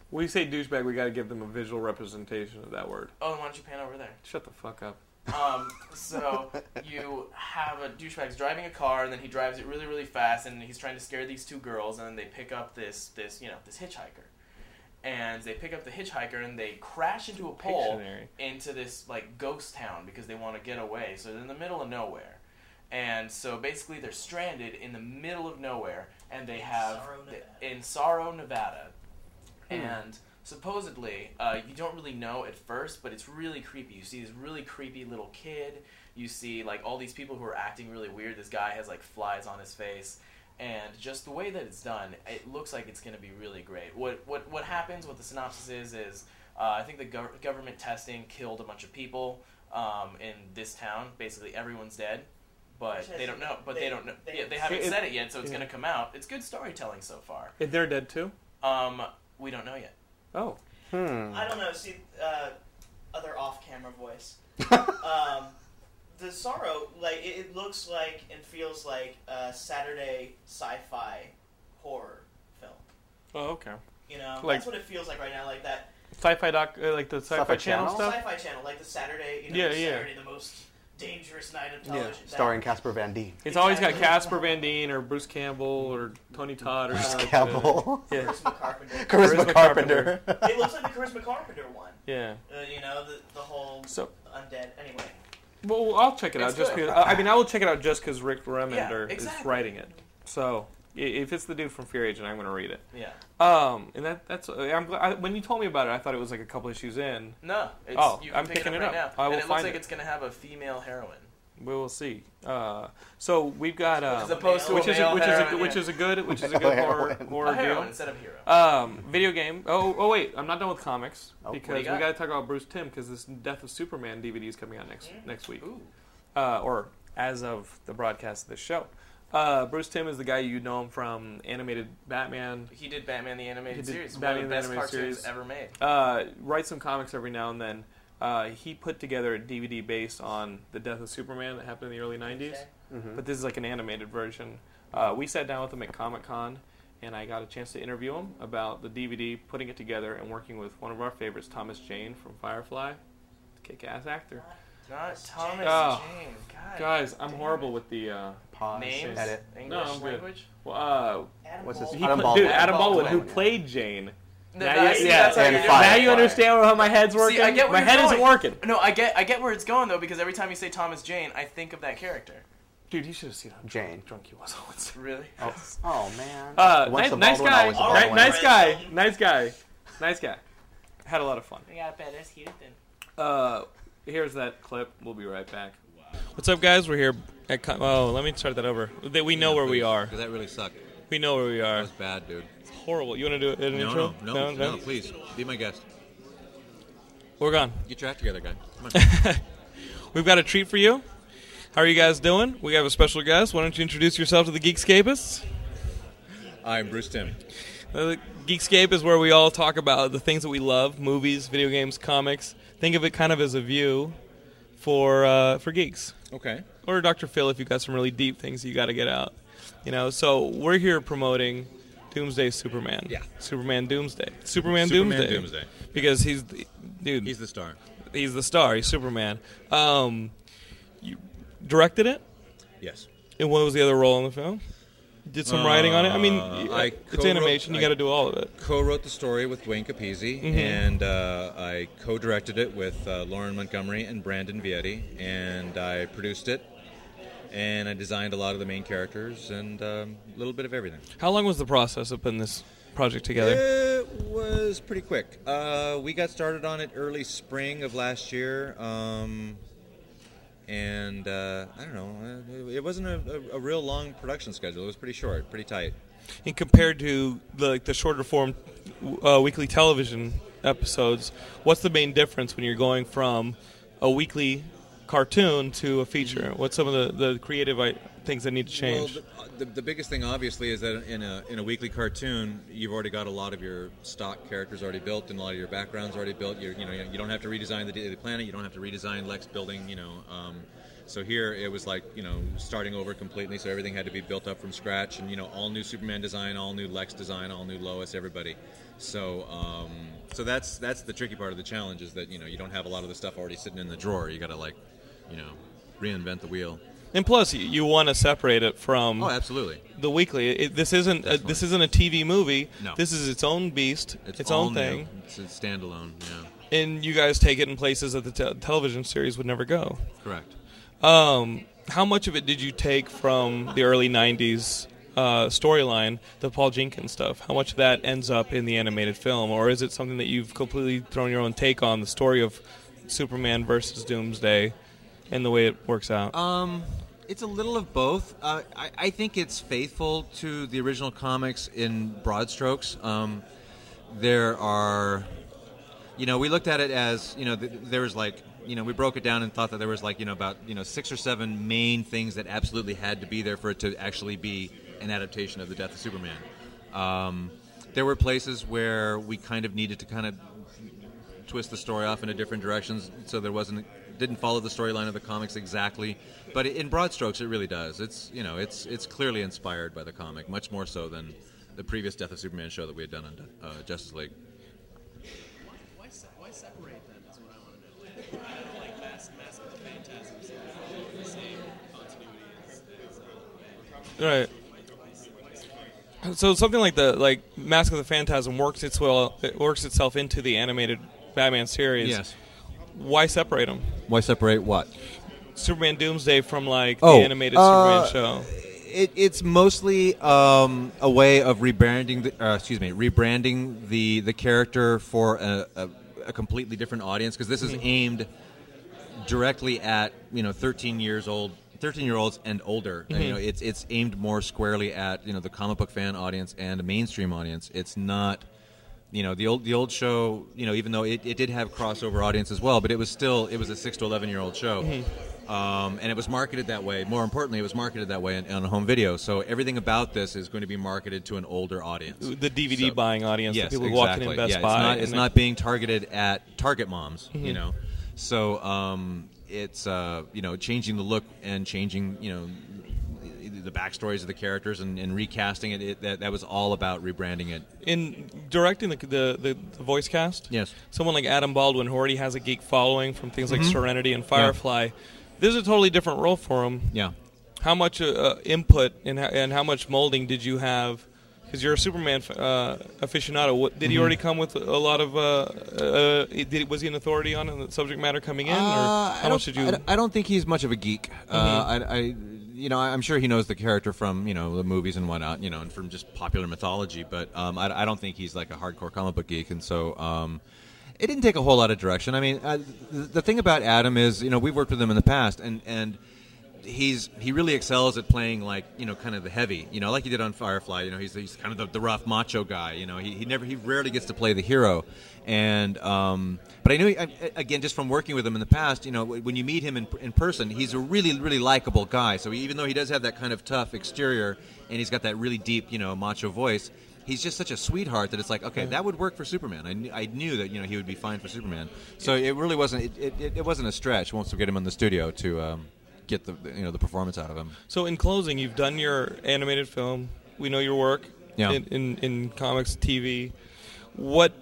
When you say douchebag, we got to give them a visual representation of that word.
oh, why don't you pan over there?
Shut the fuck up.
Um, so you have a douchebag's driving a car, and then he drives it really, really fast, and he's trying to scare these two girls, and then they pick up this, this, you know, this hitchhiker, and they pick up the hitchhiker, and they crash into a pole
Pictionary.
into this like ghost town because they want to get away. So they're in the middle of nowhere, and so basically they're stranded in the middle of nowhere, and they have
Sorrow, Nevada.
in Sorrow, Nevada,
Hmm.
and supposedly uh, you don't really know at first but it's really creepy you see this really creepy little kid you see like all these people who are acting really weird this guy has like flies on his face and just the way that it's done it looks like it's going to be really great what what what happens what the synopsis is is uh, i think the gov- government testing killed a bunch of people um, in this town basically everyone's dead but
Which has-
they don't know but they,
they-
don't know
they-
yeah, they haven't
It-
said it yet so it's
yeah.
going to come out it's good storytelling so far
And they're dead too.
um, we don't know yet
Oh,
Hmm.
I don't know. See, uh, other off-camera voice. um, the sorrow, like it, it looks like and feels like a Saturday sci-fi horror film.
oh, okay.
You know,
Like-
that's what it feels like right now. Like that
Sci-fi doc, uh, like the sci-fi,
Sci-fi
channel,
channel?
stuff.
sci-fi channel, like the Saturday, you know,
Yeah,
the
yeah.
Saturday, the most dangerous night of television. that-
Starring Casper Van Dien.
It's always got
Exactly.
Casper Van Dien or Bruce Campbell or Tony Todd or
Bruce
something like that.
Campbell.
Yeah,
Charisma Carpenter.
Charisma,
Charisma
Carpenter.
it looks like the Charisma Carpenter one.
yeah.
Uh, you know, the, the whole
So,
undead. Anyway,
well, I'll check it
It's
out. Just
good.
because, I I mean, I will check it out just because Rick Remender is
exactly.
writing it. So, i- if it's the dude from Fear Agent, I'm going to read it.
yeah
Um, and that that's I'm glad I, when you told me about it, I thought it was like a couple issues in.
No, it's,
Oh,
you can
I'm
pick
picking
it
it
up right
up.
now.
I will
and it looks
find
like
it.
it's going to have a female heroine.
We will see. Uh, so we've got
As
uh,
opposed to
which
a
is a,
male
which is
heroine.
a, which
yeah.
is a good which is a
Male
good horror,
heroine.
a
horror
heroine
deal.
instead of hero.
Um, video game. Oh, oh wait, I'm not done with comics
Oh, what do
you
because we
got?
got to talk about Bruce Tim because this Death of Superman DVD is coming out next
Mm.
next week
Ooh.
uh, or as of the broadcast of this show. Uh, Bruce Tim is the guy you know him from animated Batman.
He did Batman the Animated
He did
Series,
Batman
one of
the
the best
Animated
cartoons
Series.
ever made.
uh, writes some comics every now and then. Uh, he put together a DVD based on the death of Superman that happened in the early 90s, but this is like an animated version. Uh, we sat down with him at Comic Con, and I got a chance to interview him about the DVD, putting it together, and working with one of our favorites, Thomas Jane from Firefly, kick ass actor.
Not Thomas
Oh.
Jane. God.
Guys, I'm
damn
horrible
it.
with the. Uh,
Pause.
names.
Edit.
English
No, I'm good.
language.
well, uh,
Adam
What's his-
Baldwin.
he
Adam
put-
Baldwin.
dude, Adam Baldwin, who
Baldwin, yeah.
played Jane. Now
No, that's-
you-
that's
yeah,
how you
and
do it.
Now you
Firefly.
understand how my head's working.
See, I get where
my
you're
head
going.
isn't working.
No, I get I get where it's going though because every time you say Thomas Jane, I think of that character. Dude, you should have seen how
Jane.
drunk, drunk he was on Wednesday.
Really?
Oh man.
Uh,
Once
nice,
the
nice
bald one,
guy,
always the
bald
Ni-
one.
nice guy,
Red
nice guy, nice guy. Had a lot of fun.
We got a badass heated then.
Uh, here's that clip. We'll be right back.
What's up, guys? We're here at. Con- oh, let me start that over. That we know where we are.
That really sucked.
We know where we
That
are.
was bad, dude.
It's horrible. You want to do it in an
No,
intro?
no, no, no, Please be my guest.
We're gone.
Get your act together, guy. Come on.
We've got a treat for you. How are you guys doing? We have a special guest. Why don't you introduce yourself to the Geekscapists?
I'm Bruce Tim.
Uh, Geekscape is where we all talk about the things that we love: movies, video games, comics. Think of it kind of as a view for uh, for geeks.
Okay.
or Dr. Phil if you got some really deep things you got to get out. You know, so we're here promoting Doomsday Superman.
Yeah.
Superman Doomsday. Superman,
Superman
Doomsday.
Doomsday.
Because he's the, dude.
He's
He's
the star.
the, star. He's Superman. Um, you directed it.
Yes.
And what was the other role in the film? Did some writing on it. I mean,
Uh,
y-
I
it's
co-wrote-
animation. You
I-
got to do all of it.
Co-wrote the story with Wayne Capizzi, and uh, I co-directed it with uh, Lauren Montgomery and Brandon Vietti, and I produced it, and I designed a lot of the main characters and um, a little bit of everything.
How long was the process of putting this project together?
It was pretty quick. Uh, we got started on it early spring of last year, um, and uh, I don't know. uh, It wasn't a, a, a real long production schedule. It was pretty short, pretty tight.
And compared to the, like the shorter form uh, weekly television episodes, what's the main difference when you're going from a weekly cartoon to a feature? What's some of the, the creative I, things that need to change?
Well, the, the, the biggest thing, obviously, is that in a in a weekly cartoon, you've already got a lot of your stock characters already built, and a lot of your backgrounds already built. You're, you know, you don't have to redesign the Daily Planet. You don't have to redesign Lex building. You know, um, so here it was like you know starting over completely. So everything had to be built up from scratch, and you know, all new Superman design, all new Lex design, all new Lois, everybody. So. Um, so that's that's the tricky part of the challenge is that you know you don't have a lot of the stuff already sitting in the drawer. You got to like, you know, reinvent the wheel.
and plus, you, you want to separate it from
Oh, absolutely.
the weekly. It, this isn't a,
Definitely.
this isn't a TV movie.
No.
This is its own beast, its,
all
own
new.
thing.
It's, it's standalone. Yeah,
And you guys take it in places that the te- television series would never go.
correct.
Um, how much of it did you take from the early '90s uh, storyline, the Paul Jenkins stuff? How much of that ends up in the animated film, or is it something that you've completely thrown your own take on the story of Superman versus Doomsday and the way it works out?
Um, it's a little of both. Uh, I, I think it's faithful to the original comics in broad strokes. Um, there are, you know, we looked at it as you know, th- there was like. You know, we broke it down and thought that there was like you know about you know six or seven main things that absolutely had to be there for it to actually be an adaptation of the Death of Superman. Um, there were places where we kind of needed to kind of twist the story off into different directions so there wasn't didn't follow the storyline of the comics exactly but in broad strokes it really does it's you know it's it's clearly inspired by the comic much more so than the previous death of superman show that we had done on uh, justice league
Why, se- why separate them is what I want to know. I don't like mass, mass of the phantasms in the same continuity as, as uh,
right. So something like the like Mask of the Phantasm works its well it works itself into the animated Batman series. Why separate them?
why separate what
Superman Doomsday from like
Oh,
the animated
uh,
Superman show.
it, it's mostly um, a way of rebranding. The, uh, excuse me, rebranding the the character for a, a, a completely different audience because this is aimed directly at you know 13 years old. 13 year olds and older you know it's it's aimed more squarely at you know the comic book fan audience and a mainstream audience it's not you know the old the old show you know even though it, it did have crossover audience as well but it was still it was a 6 to 11 year old show um, and it was marketed that way more importantly it was marketed that way on, on home video so everything about this is going to be marketed to an older audience
the DVD
So-
buying audience,
yes
the people
exactly
walking in Best
yeah, it's
Buy.
not,
and
it's
they- Mm-hmm.
not being targeted at target moms you know so um, it's uh, you know changing the look and changing you know the backstories of the characters and, and recasting it, it that, that was all about rebranding it
in directing the, the the the voice cast.
Yes. Mm-hmm.
someone like Adam Baldwin, who already has a geek following from things like Serenity and Firefly. This is a totally different role for him.
yeah
How much uh, uh, input and how, and how much molding did you have? Because you're a Superman f- uh, aficionado. What,
Mm-hmm.
did he already come with a lot of? Uh, uh, did, was he an authority on the subject matter coming in, or
Uh, I
how much
don't-
did you? Mm-hmm.
I don't- I don't think he's much of a geek. Uh, I, I- you know, I'm sure he knows the character from you know the movies and whatnot, you know, and from just popular mythology. But um, I, I don't think he's like a hardcore comic book geek, and so um, it didn't take a whole lot of direction. I mean, uh, the, the thing about Adam is, you know, we've worked with him in the past, and and he's he really excels at playing like you know kind of the heavy, you know, like he did on Firefly. You know, he's he's kind of the, the rough macho guy. You know, he, he never he rarely gets to play the hero, and um, but I knew I, again just from working with him in the past, you know, when you meet him in in person, he's a really really likable guy. So even though he does have that kind of tough exterior, and he's got that really deep you know macho voice. He's just such a sweetheart that it's like, okay, that would work for Superman. I, kn- I knew that you know he would be fine for Superman. So it really wasn't it, it, it wasn't a stretch once we get him in the studio to um, get the you know the performance out of him.
So, in closing, you've done your animated film. We know your work
Yeah.
in, in, in comics, TV. What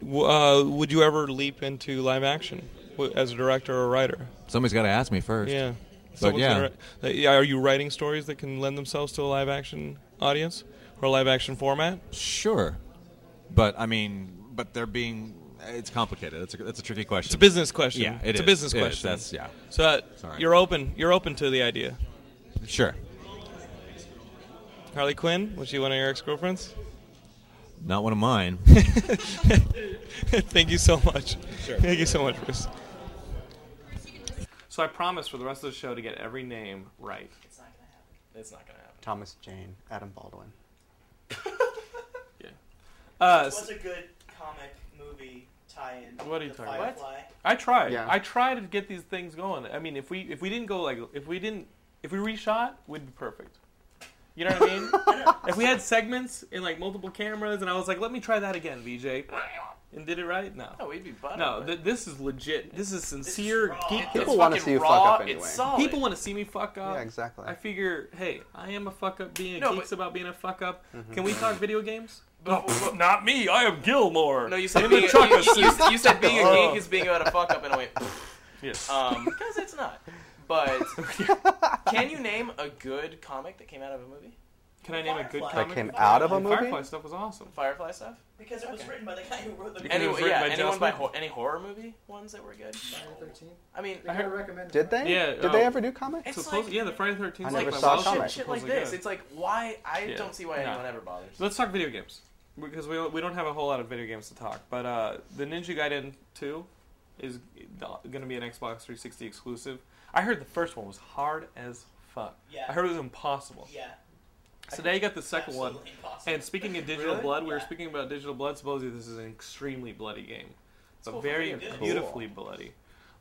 w- uh, would you ever leap into live action w- as a director or a writer?
Somebody's got to ask me first.
Yeah.
But
Someone's
yeah,
gonna write- uh, yeah, are you writing stories that can lend themselves to a live action audience or a live action format?
sure. But I mean, but they're being. It's complicated. That's a, that's a tricky question.
It's a business question.
Yeah, it
it's
is.
a business
It is.
question.
That's- yeah.
So uh,
Sorry.
you're open. You're open to the idea.
Sure.
Harley Quinn, was she one of your ex girlfriends?
Not one of mine.
Thank you so much. Sure. Thank you so much, Bruce.
So I promise for the rest of the show to get every name right.
It's not gonna happen.
It's not gonna happen.
Thomas Jane, Adam Baldwin.
Uh,
It was a good comic movie tie-in.
What are you
The
talking about?
Firefly.
I try.
Yeah.
I try to get these things going. I mean, if we if we didn't go like if we didn't if we reshot, we'd be perfect. You know what I mean? if we had segments in like multiple cameras, and I was like, let me try that again, VJ, and did it right. No,
No, we'd be butter.
no, th- this is legit. This is sincere.
raw.
geek.
It's
People wanna see you fuck up anyway.
It's solid.
People want to see me fuck up.
uh,
Yeah, exactly.
I figure, hey, I am a fuck up being a
No,
geeks
but-
about being a fuck up.
Mm-hmm.
Can we talk video games?
But- but-
Not me. I am Gilmore.
no, you said
In
being
the
a, you,
truckers.
you, you said being a
Oh.
geek is being about a fuck up, and I went
Yes.
um, because it's not. But can you name a good comic that came out of a movie?
Can I name a good
Firefly.
That
comic?
came out of a movie.
Firefly stuff was awesome.
Firefly stuff.
Because it was
Okay.
written by the guy who wrote the.
Because it was written
Anyway, yeah,
by
anyone
Joss
by
Whedon.
hor- any horror movie ones that were good.
Friday the 13th.
I mean,
They kind of recommended
Did they?
Yeah,
Did they
uh,
ever do comics?
um, it's
Suppose-
like
yeah, the Friday the Thirteenth.
I
like,
never saw
shit,
comics.
shit like this. It's like why I
Yeah.
don't see why
No.
anyone ever bothers.
Let's talk video games because we, we don't have a whole lot of video games to talk. But uh, the Ninja Gaiden Two is going to be an Xbox 360 exclusive. I heard the first one was hard as fuck.
Yeah.
I heard it was impossible.
Yeah.
So now you got the second one.
Absolutely impossible.
And speaking of Digital
Really?
Blood, we were
Yeah.
speaking about Digital Blood. Supposedly, this is an extremely bloody game. It's a
Cool.
very
Cool.
beautifully bloody.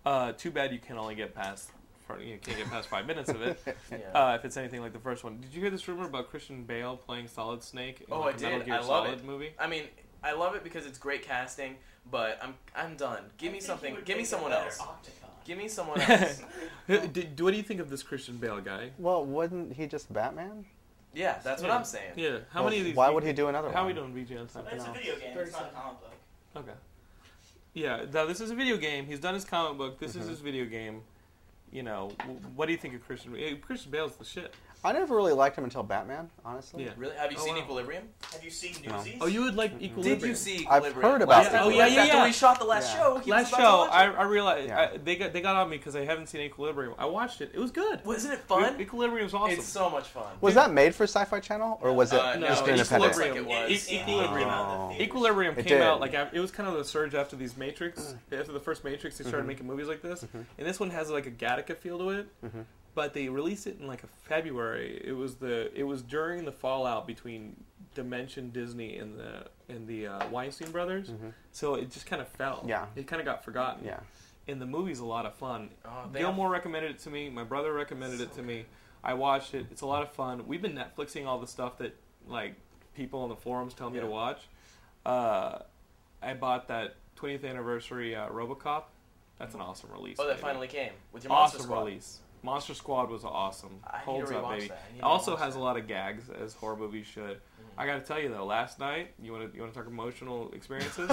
Uh, too bad you can only get past for- you can't get past five minutes of it.
Yeah.
Uh, if it's anything like the first one, did you hear this rumor about Christian Bale playing Solid Snake? In
Oh,
like
I
a Metal
did.
Gear
I love
Solid
it.
Movie.
I mean, I love it because it's great casting, but I'm I'm done. Give
I
me
think
something.
he would
Give me
make a
someone
better
else.
Octagon.
Give me someone else.
Did- what do you think of this Christian Bale guy?
Well, wasn't he just Batman?
yeah, that's what
Yeah.
I'm saying.
Yeah. How
Well,
many of these?
Why
V-
would he do another
How are we
one?
doing VG on time?
But it's a
No.
video game. It's not a comic book.
Okay. Yeah. Now this is a video game. He's done his comic book. This
Mm-hmm.
is his video game. You know, w- what do you think of Christian? eh, Christian Bale's the shit.
I never really liked him until Batman, honestly.
Yeah.
Really? Have you
Oh,
seen
wow.
Equilibrium?
Have you seen Newsies?
Oh, you would like Equilibrium.
Did you see
I've
Equilibrium?
heard about
Last
it.
time-
Oh, yeah,
after
yeah, yeah.
we shot the last
Yeah.
show, he
Last
was
show,
about
I,
To watch
I realized
Yeah.
I, they got they got on me because I haven't seen Equilibrium. I watched it. It was good.
it. Wasn't it fun?
E- Equilibrium's awesome.
It's so much fun.
Was that made for Sci-Fi Channel or was it
Uh, no,
just
it just
independent?
looks like it was.
E- Equilibrium.
Oh.
Equilibrium
It
came
did.
out like af- it was kind of the surge after these Matrix, after the first Matrix, they started
Mm-hmm.
making movies like this, and this one has like a Gattaca feel to it.
Mm-hmm.
But they released it in like a February. It was the it was during the fallout between Dimension Disney and the and the uh, Weinstein brothers, so it just kind of fell.
Mm-hmm. Yeah.
it kind of got forgotten.
yeah.
and the movie's a lot of fun.
Oh, they
Gilmore recommended it to me. My brother recommended it to me. I watched it. It's a lot of fun. We've been Netflixing all the stuff that like people on the forums tell me to
Yeah.
watch. Uh, I bought that 20th anniversary uh, RoboCop. That's an awesome release.
Oh, that
baby.
finally came with your monster
awesome
squad.
release. Monster Squad was awesome.
I need to
Holds up,
rewatch
baby.
that. I need
It
to
also
rewatch
has a
that. Mm-hmm.
lot of gags as horror movies should. I got to tell you though, last night you want to you want to talk emotional experiences.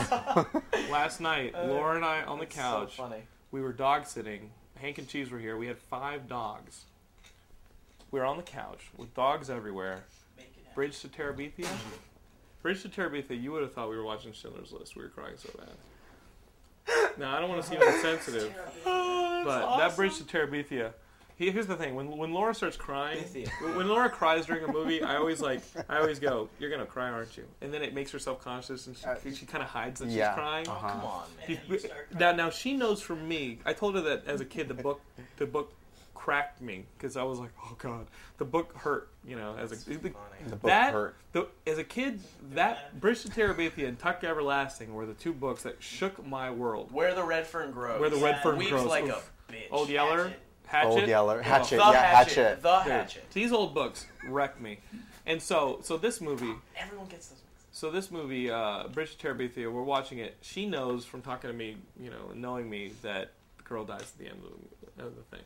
last night, Laura and I on the
Uh, It's so
couch
funny.
we were dog sitting. Hank and Cheese were here. We had five dogs. We were on the couch with dogs everywhere.
Make it happen.
Bridge to Terabithia. Bridge to Terabithia. You would have thought we were watching Schindler's List. We were crying so bad. Now I don't want to seem insensitive, but that Bridge to Terabithia. he- here's the thing: when when Laura starts crying, when, when Laura cries during a movie, I always like, I always go, "You're gonna cry, aren't you?" And then it makes her self conscious, and she, she kind of hides that
Uh, yeah,
she's crying.
uh-huh.
Come on, man.
And then you start
Now, now she knows from me. I told her that as a kid, the book, the book cracked me because I was like, "Oh God, the book hurt." You know, as a the,
Funny.
book
that
hurt.
the- as a kid, that Bridge to Terabithia and Tuck Everlasting were the two books that shook my world.
Where the red fern grows.
Where the red
Yeah,
fern
weaves
grows.
like
Oof.
a bitch.
Old Yeller, Hatchet,
Old Yeller,
Oh,
Hatchet,
The
yeah,
hatchet.
Hatchet.
The
dude.
hatchet.
These old books wreck me, and so so this movie.
Everyone gets those.
So this movie, uh, Bridge to Terabithia, we're watching it. She knows from talking to me, you know, knowing me that the girl dies at the end of the, of the thing.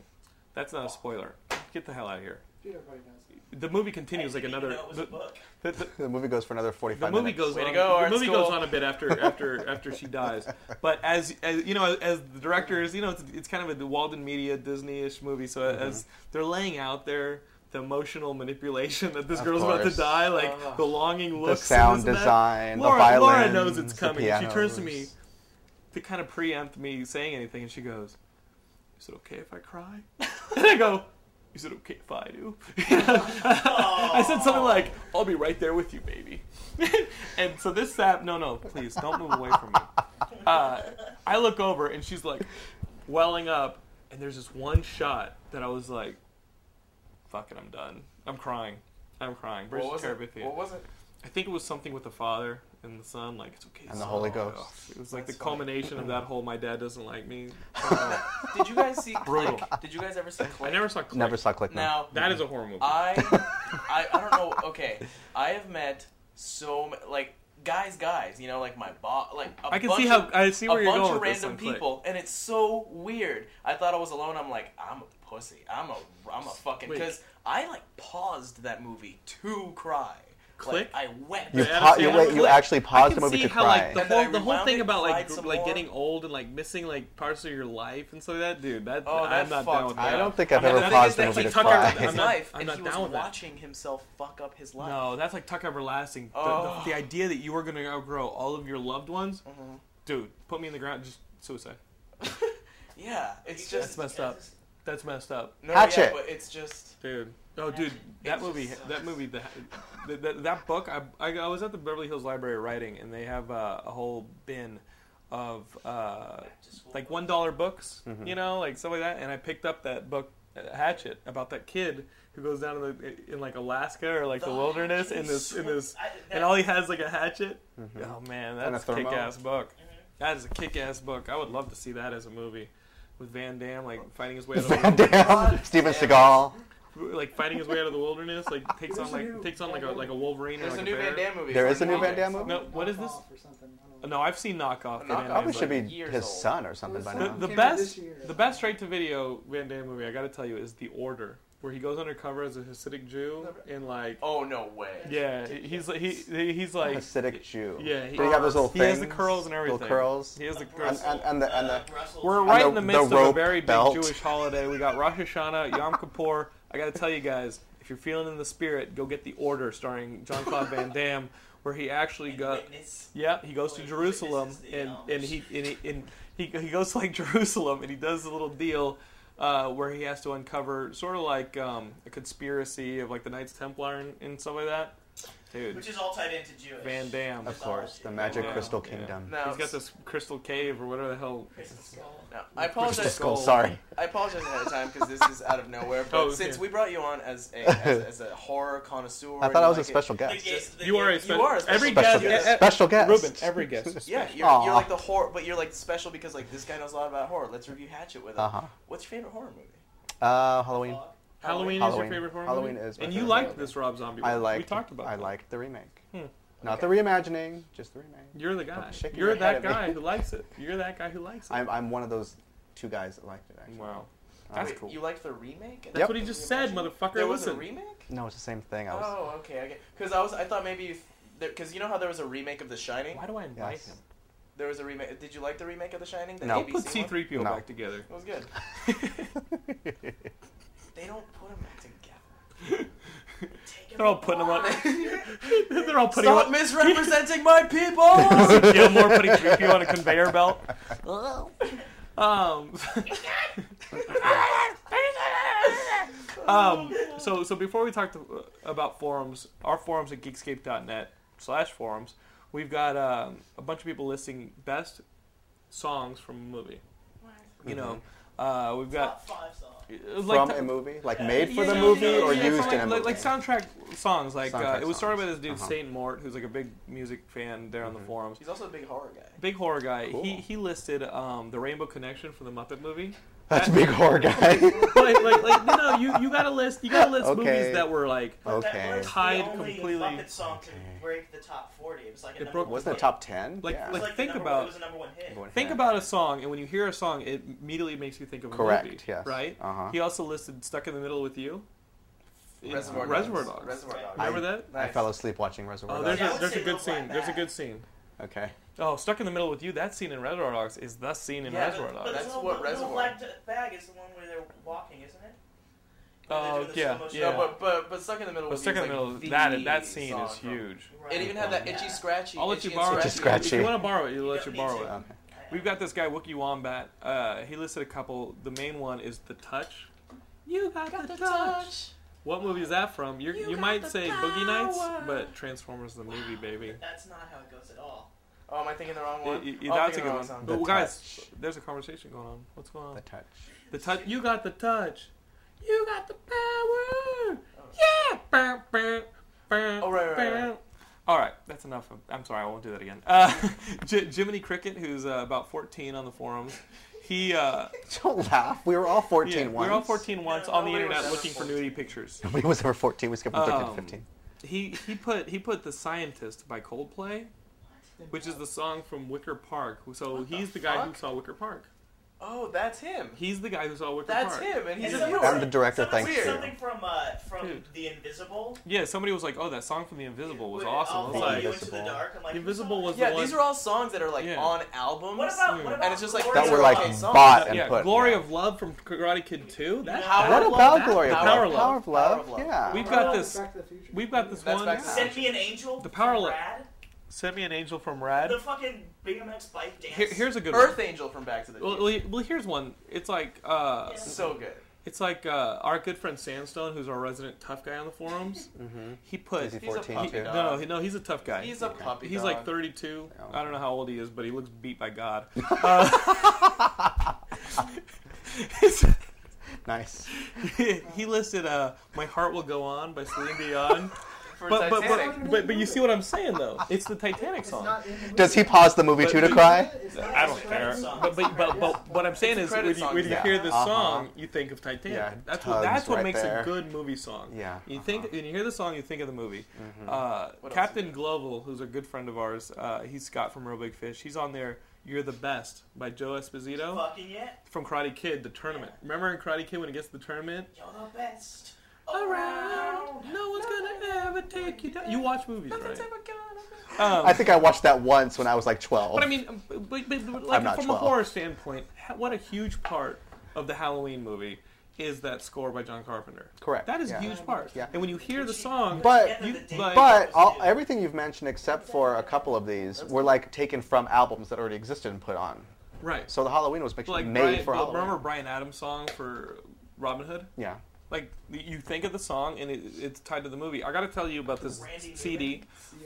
That's not a spoiler. Get the hell out of here.
Dude, everybody knows.
The movie continues like
didn't even
another.
know it was
The,
a book.
the- the-
The movie goes for another
the
forty-five
movie
minutes.
goes
Way to
on.
go,
the
art
movie goes
school.
on a bit after after after she dies. But as, as you know, as the directors, you know, it's, it's kind of a Walden Media Disney-ish movie. So
Mm-hmm.
as they're laying out there. The emotional manipulation that this
Of
girl's about
course.
to die, like the longing
The
looks, and
sound
this and that.
design,
Laura,
the violin,
Laura knows it's coming. She turns to me to kind of preempt me saying anything, and she goes, "Is it okay if I cry?" and I go, "Is it okay if I do?" I said something like, "I'll be right there with you, baby." and so this sap, no, no, please don't move away from me. Uh, I look over, and she's like welling up, and there's this one shot that I was like, "Fuck it, I'm done. I'm crying. I'm crying." Bridge
What was,
to
it?
Terabithia.
what was it?
I think it was something with the father and the son, like it's okay.
And the
son.
Holy Ghost.
Ugh, It was like the culmination of that whole "my dad doesn't like me."
Did you guys see Click?
Brutal.
Did you guys ever see
I
Click?
never saw. Click.
Never saw Click. no.
Now
That is a horror movie.
I, I, I don't know. Okay, I have met so ma- like guys, guys. You know, like my boss, like a
I can
bunch
see how
of,
I see where
a
you're
bunch
going
of
with this
random
on Click.
people, and it's so weird. I thought I was alone. I'm like, I'm a pussy. I'm a, I'm a fucking
Wait.
because I like paused that movie to cry.
Click?
Like, I wept.
You,
Yeah,
pa- you,
Adam
wait,
Sandler.
you actually
I can
paused the movie
see
to
how
cry.
like the
And then I
whole the whole
rewound
thing
it,
about like
cried
gr-
some
like
more.
getting old and like missing like parts of your life and stuff like that, dude. That
Oh,
I'm
that
not
fucked
down with
me
that.
I don't think
I
I've
mean,
ever
the thing
paused
is
the
that
movie
he
to
took out
cry.
the-
his
I'm not-
life,
I'm
and
not
he
down
was
with that.
watching himself fuck up his life.
No, that's like Tuck Everlasting. The,
Oh. Mm-hmm.
the, the idea that you were gonna outgrow all of your loved ones, dude. Put me in the ground. Just suicide.
Yeah, it's
You
just
That's messed up. That's messed up.
no,
Hatchet.
Yeah, but it's just
Dude. Oh, dude, that
It
movie,
just sucks.
that movie, that, that, that book. I, I, I was at the Beverly Hills Library writing, and they have uh, a whole bin of uh,
just
like one dollar books,
Mm-hmm.
you know, like stuff like that. And I picked up that book, uh, Hatchet, about that kid who goes down in, the, in like Alaska or like the,
The
wilderness
hatchet
in this,
is
in
so-
this,
I-
and
that-
all he has is, like a hatchet. Oh man,
Mm-hmm. And a
that's a
thermo.
kick-ass book.
Mm-hmm.
That is a kick-ass book. I would love to see that as a movie. With Van Damme like fighting his way out of the
Van Damme, Steven Seagal.
like fighting his way out of the wilderness, like takes on like takes on like a like a Wolverine or
there's
like
a new
bear.
Van Damme movie.
There
It's
is a
on
new Van
Netflix.
Damme movie?
No, what is this?
Knockoff Or something. I don't know.
No, I've seen knockoff.
Knockoff?
Van Damme,
Probably should be
but-
years
his
old.
son or something by
The-
now.
The, the
Came out
best
this year.
the best straight to video Van Damme movie I got to tell you is The Order, where he goes undercover as a Hasidic Jew and like
Oh no way.
yeah he's like- he he- he's like
Hasidic Jew.
yeah
They have those little
he has the
things,
curls and
little
everything
curls.
he has the
And,
curls.
and, and the, and the,
We're
Brussels.
right
the-
in the
the
midst of a
rope
very big
belt.
Jewish holiday. We got Rosh Hashanah, Yom Kippur. I got to tell you guys, if you're feeling in the spirit, go get the order starring John Claude Van Damme, where he actually got.
Witness.
Yeah, he goes to
Wait,
Jerusalem
witnesses the,
and
um,
and he and he, and he he goes to like Jerusalem and he does a little deal uh, where he has to uncover sort of like um, a conspiracy of like the Knights Templar and, and stuff like that. Dude,
Which is all tied into Jewish.
Van Damme.
of course, the Magic
Yeah.
Crystal
Yeah.
Kingdom.
Now,
He's got this crystal cave or whatever the hell.
now, I
Crystal
apologize.
Skull, sorry.
I apologize ahead of time because this is out of nowhere. But
Oh,
since
yeah.
we brought you on as a as, a- as a horror connoisseur,
I
and
thought
you
I was a
like it-
special
The
guest.
gay- the
You are
gay-
a special,
You are a special
every
Special
guest,
guest.
eh, eh,
Special guest.
Ruben, every guest.
Yeah, you're,
Aw.
you're like the horror, but you're like special because like this guy knows a lot about horror. Let's review Hatchet with him.
Uh-huh.
What's your favorite horror movie?
Uh, Halloween.
Halloween, is
Halloween.
your favorite horror
Halloween
movie?
is my
and you
favorite
liked
horror
this Rob Zombie.
I
one.
like.
We talked about.
I
that.
like the remake.
Hmm.
Not the reimagining, just the remake.
You're the guy.
shaking
You're
your head
that
at me.
guy who likes it. You're that guy who likes it.
I'm, I'm one of those two guys that liked it. Actually.
wow.
Um,
That's
Wait, You liked the remake?
That's
Yep.
what he just said, motherfucker.
There was
Listen.
a remake.
No, it's the same thing. I was.
Oh, okay. I get because I was I thought maybe because you know how there was a remake of The Shining.
Why do I invite
Yes.
him?
There was a remake. Did you like the remake of The Shining? The
No.
ABC
Put
one?
C3PO
No.
back together.
It was good. They don't put them back together.
They're all putting them on. They're all putting
Stop
them
misrepresenting my people!
on. Gilmore putting 3PO on a conveyor belt. um. Um, so, so before we talk to, about forums, our forums at geekscape.net slash forums, we've got um, a bunch of people listing best songs from a movie. You know, uh, we've got
Top five songs.
uh,
Mm-hmm. From
t-
a movie, like
Yeah.
made for
yeah,
the
yeah,
movie
yeah,
or
yeah,
used
from,
in a
like,
movie.
like soundtrack songs. Like uh,
Soundtrack
it was started by
songs.
this dude
Uh-huh. Mm-hmm.
Saint Mort, who's like a big music fan there on the forums.
He's also a big horror guy.
Big horror guy.
Cool.
He he listed um, the Rainbow Connection from the Muppet movie.
That's a big horror guy.
like, like, like, no, no, you, you gotta list you gotta list
Okay. Oh,
movies that were like
But
Okay.
That was
Tied
the only
completely.
Muppet song
Okay.
to break the top forty. It was like a
It
number
broke-
one
Wasn't it
hit.
top ten?
Like-
It
yeah.
was
like-
the
think
number-
about-
It was a number one hit.
Everyone
think
had-
about a song and when you hear a song it immediately makes you think of a
Correct,
movie.
yes.
Right?
Uh-huh.
He also listed Stuck in the Middle with You.
Reservoir Dogs.
Reservoir Dogs.
Reservoir Dogs.
Remember that?
I fell asleep watching Reservoir
Oh, there's
Yeah, I
a,
would
there's
say
a good
Little Black
scene. There's a
Bat.
good scene.
a... Okay.
Oh, Stuck in the Middle with You. That scene in Reservoir Dogs is the scene in
Yeah,
Reservoir
But
Dogs.
That's
the little-
what
the little
Reservoir-
black d- bag is the one where they're walking, isn't it?
Oh,
Where they do the
yeah,
slow motion.
yeah.
No, but but but stuck in the middle.
But
was
Stuck in the
like
Middle,
the
that that scene
song
is
from-
huge. Oh,
Right.
It even had that itchy
Yeah.
scratchy.
I'll let
itchy
you
and
borrow it.
Itchy
scratchy.
If you want to borrow it, you let you
don't need
borrow
to.
it.
Okay.
We've got this guy Wookie Wombat. Uh, he listed a couple. The main one is The Touch. You got, the, touch. What movie is that from? You're, you might say Boogie Nights, but Transformers the movie, baby.
That's not how it goes at all.
Oh, am I thinking the wrong one?
It- it-
oh, I'm
that's a
thinking
good one.
the wrong
But
song.
The
guys, there's a conversation going on. What's going on?
The touch.
The touch. You got the touch. You got the power. Yeah. Bow, bow, bow,
Oh, right, right, right,
bow. All right, that's enough. Of, I'm sorry, I won't do that again. Uh, J- Jiminy Cricket, who's uh, about 14 on the forums, he uh,
Don't laugh. We were all 14
yeah, we
once.
we're all 14 once
Yeah,
on the
nobody was
internet
ever
looking for
14.
nudity pictures.
Nobody was ever 14. We skipped from 13
Um,
to 15.
He he put he put the scientist by Coldplay, which is the song from Wicker Park. Who- So he's the, guy who
fuck?
saw Wicker Park.
Oh, that's him.
He's the guy who saw Wicker
That's
Park.
him, and he's
And
a
someone
viewer.
I'm the
said-
director,
someone
thank
said
you.
Something from uh, from
Dude.
The Invisible.
Yeah, somebody was like, "Oh, that song from The Invisible was
Wait, oh
awesome." I
I'll
was
follow
like,
you into the
Invisible.
dark. I'm like,
Invisible
who's
was
Yeah,
the one.
these are all songs that are like
Yeah.
on albums.
What about what about
And it's just like-
Glory
That were
of
like
Love?
songs.
bought and
yeah,
put.
Glory
yeah.
of Love from Karate Kid Two. That
Power
What
Love,
about
that-
Glory of
Power
Love?
Love.
Power of Love.
Power of Love.
Yeah.
We've got
Oh,
this.
Back to the Future.
We've got this
That's
one.
back to-
Send me an angel.
The power
from
lo-
Rad.
Send me an angel from Rad.
The fucking BMX bike dance.
Here, here's a good
Earth Angel from Back to the
one. Well,
Future.
well, well, here's one. It's like uh,
Yeah.
so good.
it's like uh, our good friend Sandstone, who's our resident tough guy on the forums. He put
Mm-hmm. Is he
He's a
14
puppy
too?
dog.
No, he- no, he's a tough guy.
He's a puppy.
He's
dog.
like 32.
Yeah.
I don't know how old he is, but he looks beat by God. Uh,
Nice.
he listed uh, "My Heart Will Go On" by Celine Dion.
for
but, but,
Titanic.
but but but you see what I'm saying though? It's the Titanic
It's
song.
not in the movie.
Does he pause the movie
But
too to
we-
cry?
It's not
I
in the
don't
credit
care.
song.
But but but, but what I'm saying
It's a
is
credit
when you,
song,
when you
yeah.
hear this
Uh-huh.
song, you think of Titanic.
Yeah,
that's what
tugs
that's what
right
makes
there.
a good movie song.
Yeah,
You
uh-huh.
think when you hear the song, you think of the movie. Uh,
else
Captain Global, who's a good friend of ours, uh, he's Scott from Real Big Fish. He's on there. You're the best by Joe Esposito.
fucking yet.
from Karate Kid, the tournament. Remember in Karate Kid when it gets to the tournament?
You're the best around.
No one's gonna ever take you down. You watch movies, right?
I think I watched that once when I was like 12.
But I mean, um, but, but, but like
I'm not
from a
12.
horror standpoint, ha- what a huge part of the Halloween movie is that score by John Carpenter.
Correct,
That is
yeah.
a huge part.
Yeah.
And when you hear the song,
But-
you, like,
But all, everything you've mentioned, except for a couple of these, were like taken from albums that already existed and put on.
right.
So the Halloween was actually
like
made
Brian,
for Halloween.
remember Brian Adams' song for Robin Hood?
Yeah.
Like you think of the song and it, it's tied to the movie. I got to tell you about this
Randy
CD.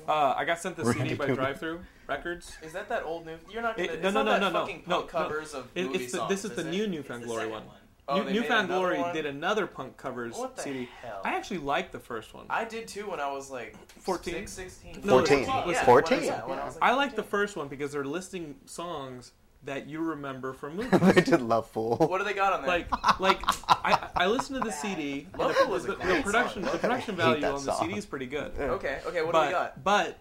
Uh, I got sent this
Randy
CD by
Newman.
Drive Through Records.
Is that that old new? You're not gonna.
It-
it's
no, no,
not
no, no,
that
no,
fucking
no,
punk
no.
covers of
It-
movies.
it's the, this is the new Newfound
It's the
Glory
second
one.
one.
Oh,
New-
they made
Newfound
another
Glory
one?
did another punk covers
What the
CD.
hell?
I actually liked the first one. I,
I did too when I was like
14?
six, 16.
No,
14.
Yeah, when I was-
14.
yeah, when I was, like,
liked the first one because they're listing songs that you remember from movies.
they did Love Fool.
What do they got on there?
like, like I, I listened to the CD. and
Local
the,
is a
the, the
great
production,
song.
the production
I hate
value
that
on the
song.
CD is pretty good.
okay, okay, what
but,
do we got?
But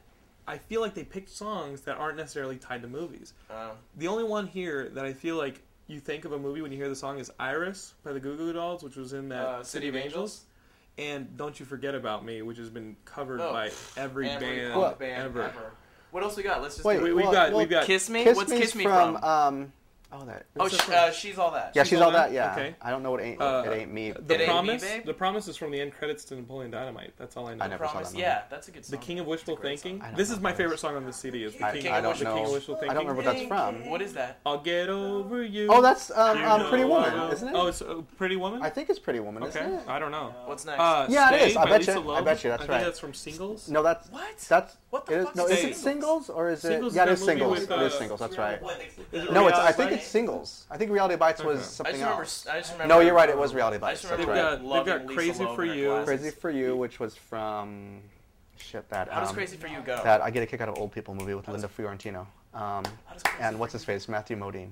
I feel like they picked songs that aren't necessarily tied to movies.
Uh,
The only one here that I feel like you think of a movie when you hear the song is Iris by the Goo Goo Dolls, which was in that
Uh,
City, of Angels. And Don't You Forget About Me, which has been covered
Oh.
by every,
every
band,
punk
ever.
What else we got? Let's just
Wait,
do
We, we've
Well,
got
well,
we've got
Kiss Me?
Kiss
What's
Me's
Kiss Me
from? Um, Oh, that.
Oh, sh- uh, she's all that.
yeah, she's, all that. Yeah.
Okay.
I don't know what ain't.
Uh,
it ain't me.
The
It Ain't Me,
promise.
Babe?
the promise is from the end credits to Napoleon Dynamite. That's all I know.
I never saw
Promise.
that movie.
Yeah, that's a good song.
The King of
That's a
Wishful
great song.
Thinking.
I don't
This
know
is my
what that
favorite
is.
song on this CD. Is the
I-
King,
I
of
don't
the King
know.
of Wishful
I
Thinking.
don't remember what that's from.
What is that?
I'll get over you.
Oh, that's um,
You
um,
know
Pretty
I
Woman,
will.
isn't it?
Oh, it's uh, Pretty Woman.
I think it's Pretty Woman,
okay. Uh,
isn't it?
I don't know.
What's next?
Uh,
Yeah, it
Stay
is. I
by
bet
Lisa
you- I
Loeb.
bet you that's
I
right.
Think that's from Singles.
No, that's
What?
that's
What the
it is,
fuck
no.
is
Is it
Singles?
singles or is it?
Singles is
yeah, it
that
is
movie
singles.
with,
it is
uh,
singles. That's right.
What, the-
Is it
No, it's. I
Reality
think
Bites?
it's singles. I think Reality Bites was
Okay.
I
something
just remember.
else.
I just remember.
No, you're right. It was Reality
I
Bites.
just
That's
remember
right.
They've got- they've got
loving Lisa
Crazy
Loeb
for
in her
You.
glasses.
Crazy for You, which was from shit that.
How does
um,
Crazy for You go?
That I get a kick out of old people movie with Linda Fiorentino. Um,
does Crazy
and
for
what's his face? Matthew Modine.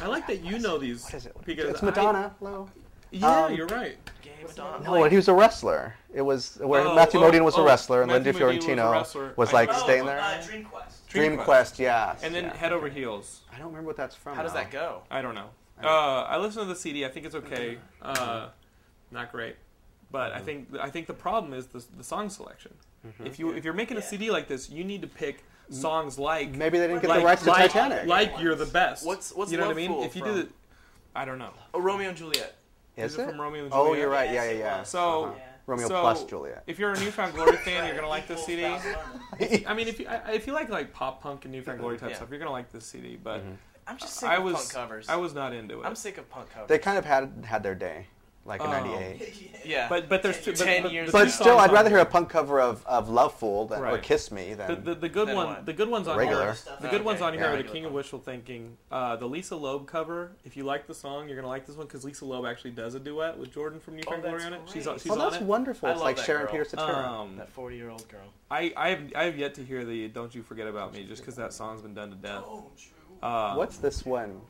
I like that you know these.
What is it?
Because
it's
I-
Madonna. Low.
yeah,
Um,
you're right.
Gay Madonna.
No, Oh, he was a wrestler. It was where
Oh,
Matthew
oh,
Modine was
oh,
a wrestler and
Matthew Modine
Linda
was a
Fiorentino was,
wrestler. I
like
know.
staying there.
Uh, Dream Quest.
Dream,
Dream
Quest, yes.
And then
yeah.
Head Over Heels.
I don't remember what that's from.
How does
though.
that go?
I don't know. Uh, I listened to the CD. I think it's okay. Uh, not great, but
Mm-hmm.
I think I think the problem is the, the song selection. If you if you're making a
Yeah.
CD like this, you need to pick songs like
Maybe they didn't get
like,
the rights to
like,
Titanic.
Like you're the best.
What's- what's
you know
Love
what I mean?
Fool
if you
from?
do the, I don't know.
Oh, Romeo and Juliet.
Is it from Romeo and
Oh,
Juliet?
you're right. Yeah,
Yes,
yeah,
it
yeah.
was.
So
Uh-huh.
Yeah.
Romeo
so
plus Juliet.
If you're a New Found Glory fan, you're gonna like this
Equals
CD.
Baz Luhrmann.
I mean, if you I, if you like like pop punk and New Found Glory type
Yeah.
stuff, you're gonna like this CD. But
Mm-hmm.
I'm just sick
I
of
was
punk covers.
I was not into it.
I'm sick of punk covers.
They kind of had had their day, like in
Oh.
'98.
yeah.
but but there's two, but-
Ten
but-
years
the
ago.
two
But still,
songs
I'd
on
rather
here-
hear a punk cover of, of "Love Fool" than, or
Right.
"Kiss Me"
The,
than
the, the good
Then
one,
what?
the good ones on
Regular.
here.
Stuff.
The good ones
Okay,
on here
yeah.
are the King of Wishful Thinking, uh, the Lisa Loeb cover. If you like the song, you're gonna like this one because Lisa Loeb actually does a duet with Jordan from New
Oh,
Found Glory
that's
on it. She's
great.
on, she's
Oh,
on
that's
it.
wonderful.
I
it's
love
like
that
Sharon
girl.
Peter Cetera.
Um,
that 40 year old girl.
I I have I have yet to hear the "Don't You Forget About Me" just because that song's been done to death.
Oh,
Uh,
What's this one?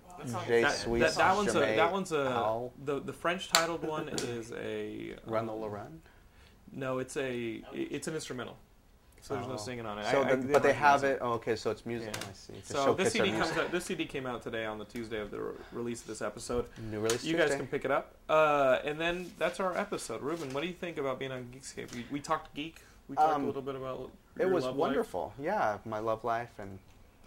Jay
that,
Sweet.
that, that one's a
Jermaine,
that one's a
Al,
the, the French titled one is a
Run Lola Run.
no it's a it's an instrumental so there's no
Oh.
singing on it.
So,
I- I-
the, but they
might
have
use
it. Oh, okay, so it's music.
Yeah.
I see. To
So
showcase
this
their
CD comes
music.
out. This CD came out today on the Tuesday of the re- release of this episode.
New release
You guys
Tuesday?
can pick it up. Uh, and then that's our episode. Ruben, what do you think about being on Geekscape? We, we talked geek. We talked
Um,
a little bit about.
It
your
was
love life.
wonderful. Yeah, my love life and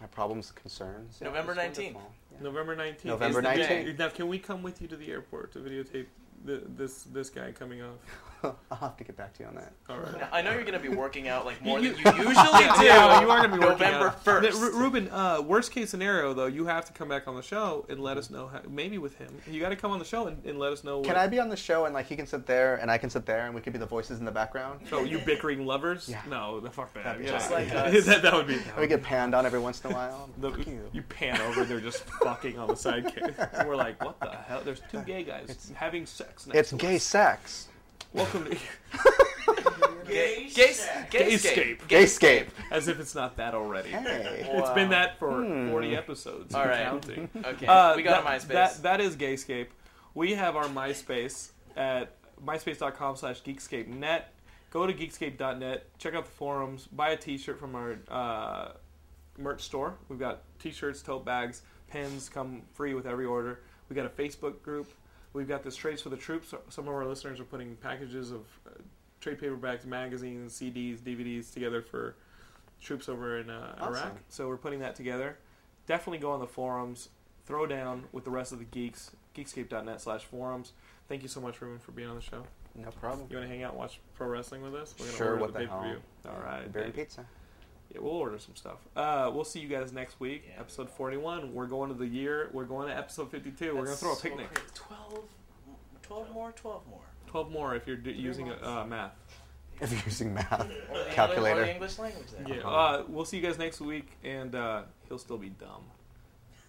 my problems, and concerns. Yeah, it
November
was
19th.
wonderful. Yeah.
November nineteenth.
November 19th.
Now, can we come with you to the airport to videotape the, this this guy coming off?
I'll have to get back to you on that.
All right.
Now, I know you're going to be working out like more
You-
than you usually do.
Yeah, you are gonna be working
November
out.
1st.
Ru- Ruben, uh, worst case scenario though, you have to come back on the show and let us know. How, maybe with him, you got to come on the show and, and let us know. What,
Can I be on the show and like he can sit there and I can sit there and we could be the voices in the background?
Oh, you bickering lovers?
Yeah.
No, the fuck that.
That'd be
Yeah.
just
like us.
that, that would be.
And we get panned on every once in a while.
the,
Fuck
you.
you.
pan over, they're just fucking on the side. kick. And we're like, what the hell? There's two gay guys having sex. Next
It's
to
gay
us.
sex.
Welcome to
Gay,
Gay
gay,
sex.
Gayscape.
gayscape.
Gayscape.
As if it's not that already.
Hey. Hmm.
It's been
Wow.
that for 40 episodes.
All
and
right.
Counting.
Okay,
Uh,
we got
that-
a MySpace.
That, that is Gayscape. We have our MySpace at myspace.com slash geekscape.net. Go to geekscape.net, check out the forums, buy a t-shirt from our uh, merch store. We've got t-shirts, tote bags, pins come free with every order. We got a Facebook group. We've got this Trades for the Troops. Some of our listeners are putting packages of uh, trade paperbacks, magazines, CDs, DVDs together for troops over in uh,
Awesome.
Iraq. So we're putting that together. Definitely go on the forums, throw down with the rest of the geeks, geekscape.net slash forums. Thank you so much, Ruben, for being on the show.
No problem.
You want to hang out and watch pro wrestling with us? gonna
Sure,
order
what the hell.
pay-per-view. All right.
Beer and
babe.
pizza.
Yeah, we'll order some stuff. Uh, we'll see you guys next week,
Yeah.
episode 41. We're going to the year. We're going to episode 52. We're going to
That's
throw a
so
picnic.
crazy. 12, 12 more, 12 more.
12 more if you're d- using
months.
uh, math.
If you're using math
Or the English- or the
calculator.
English language there.
Yeah. Uh, we'll see you guys next week, and uh, he'll still be dumb.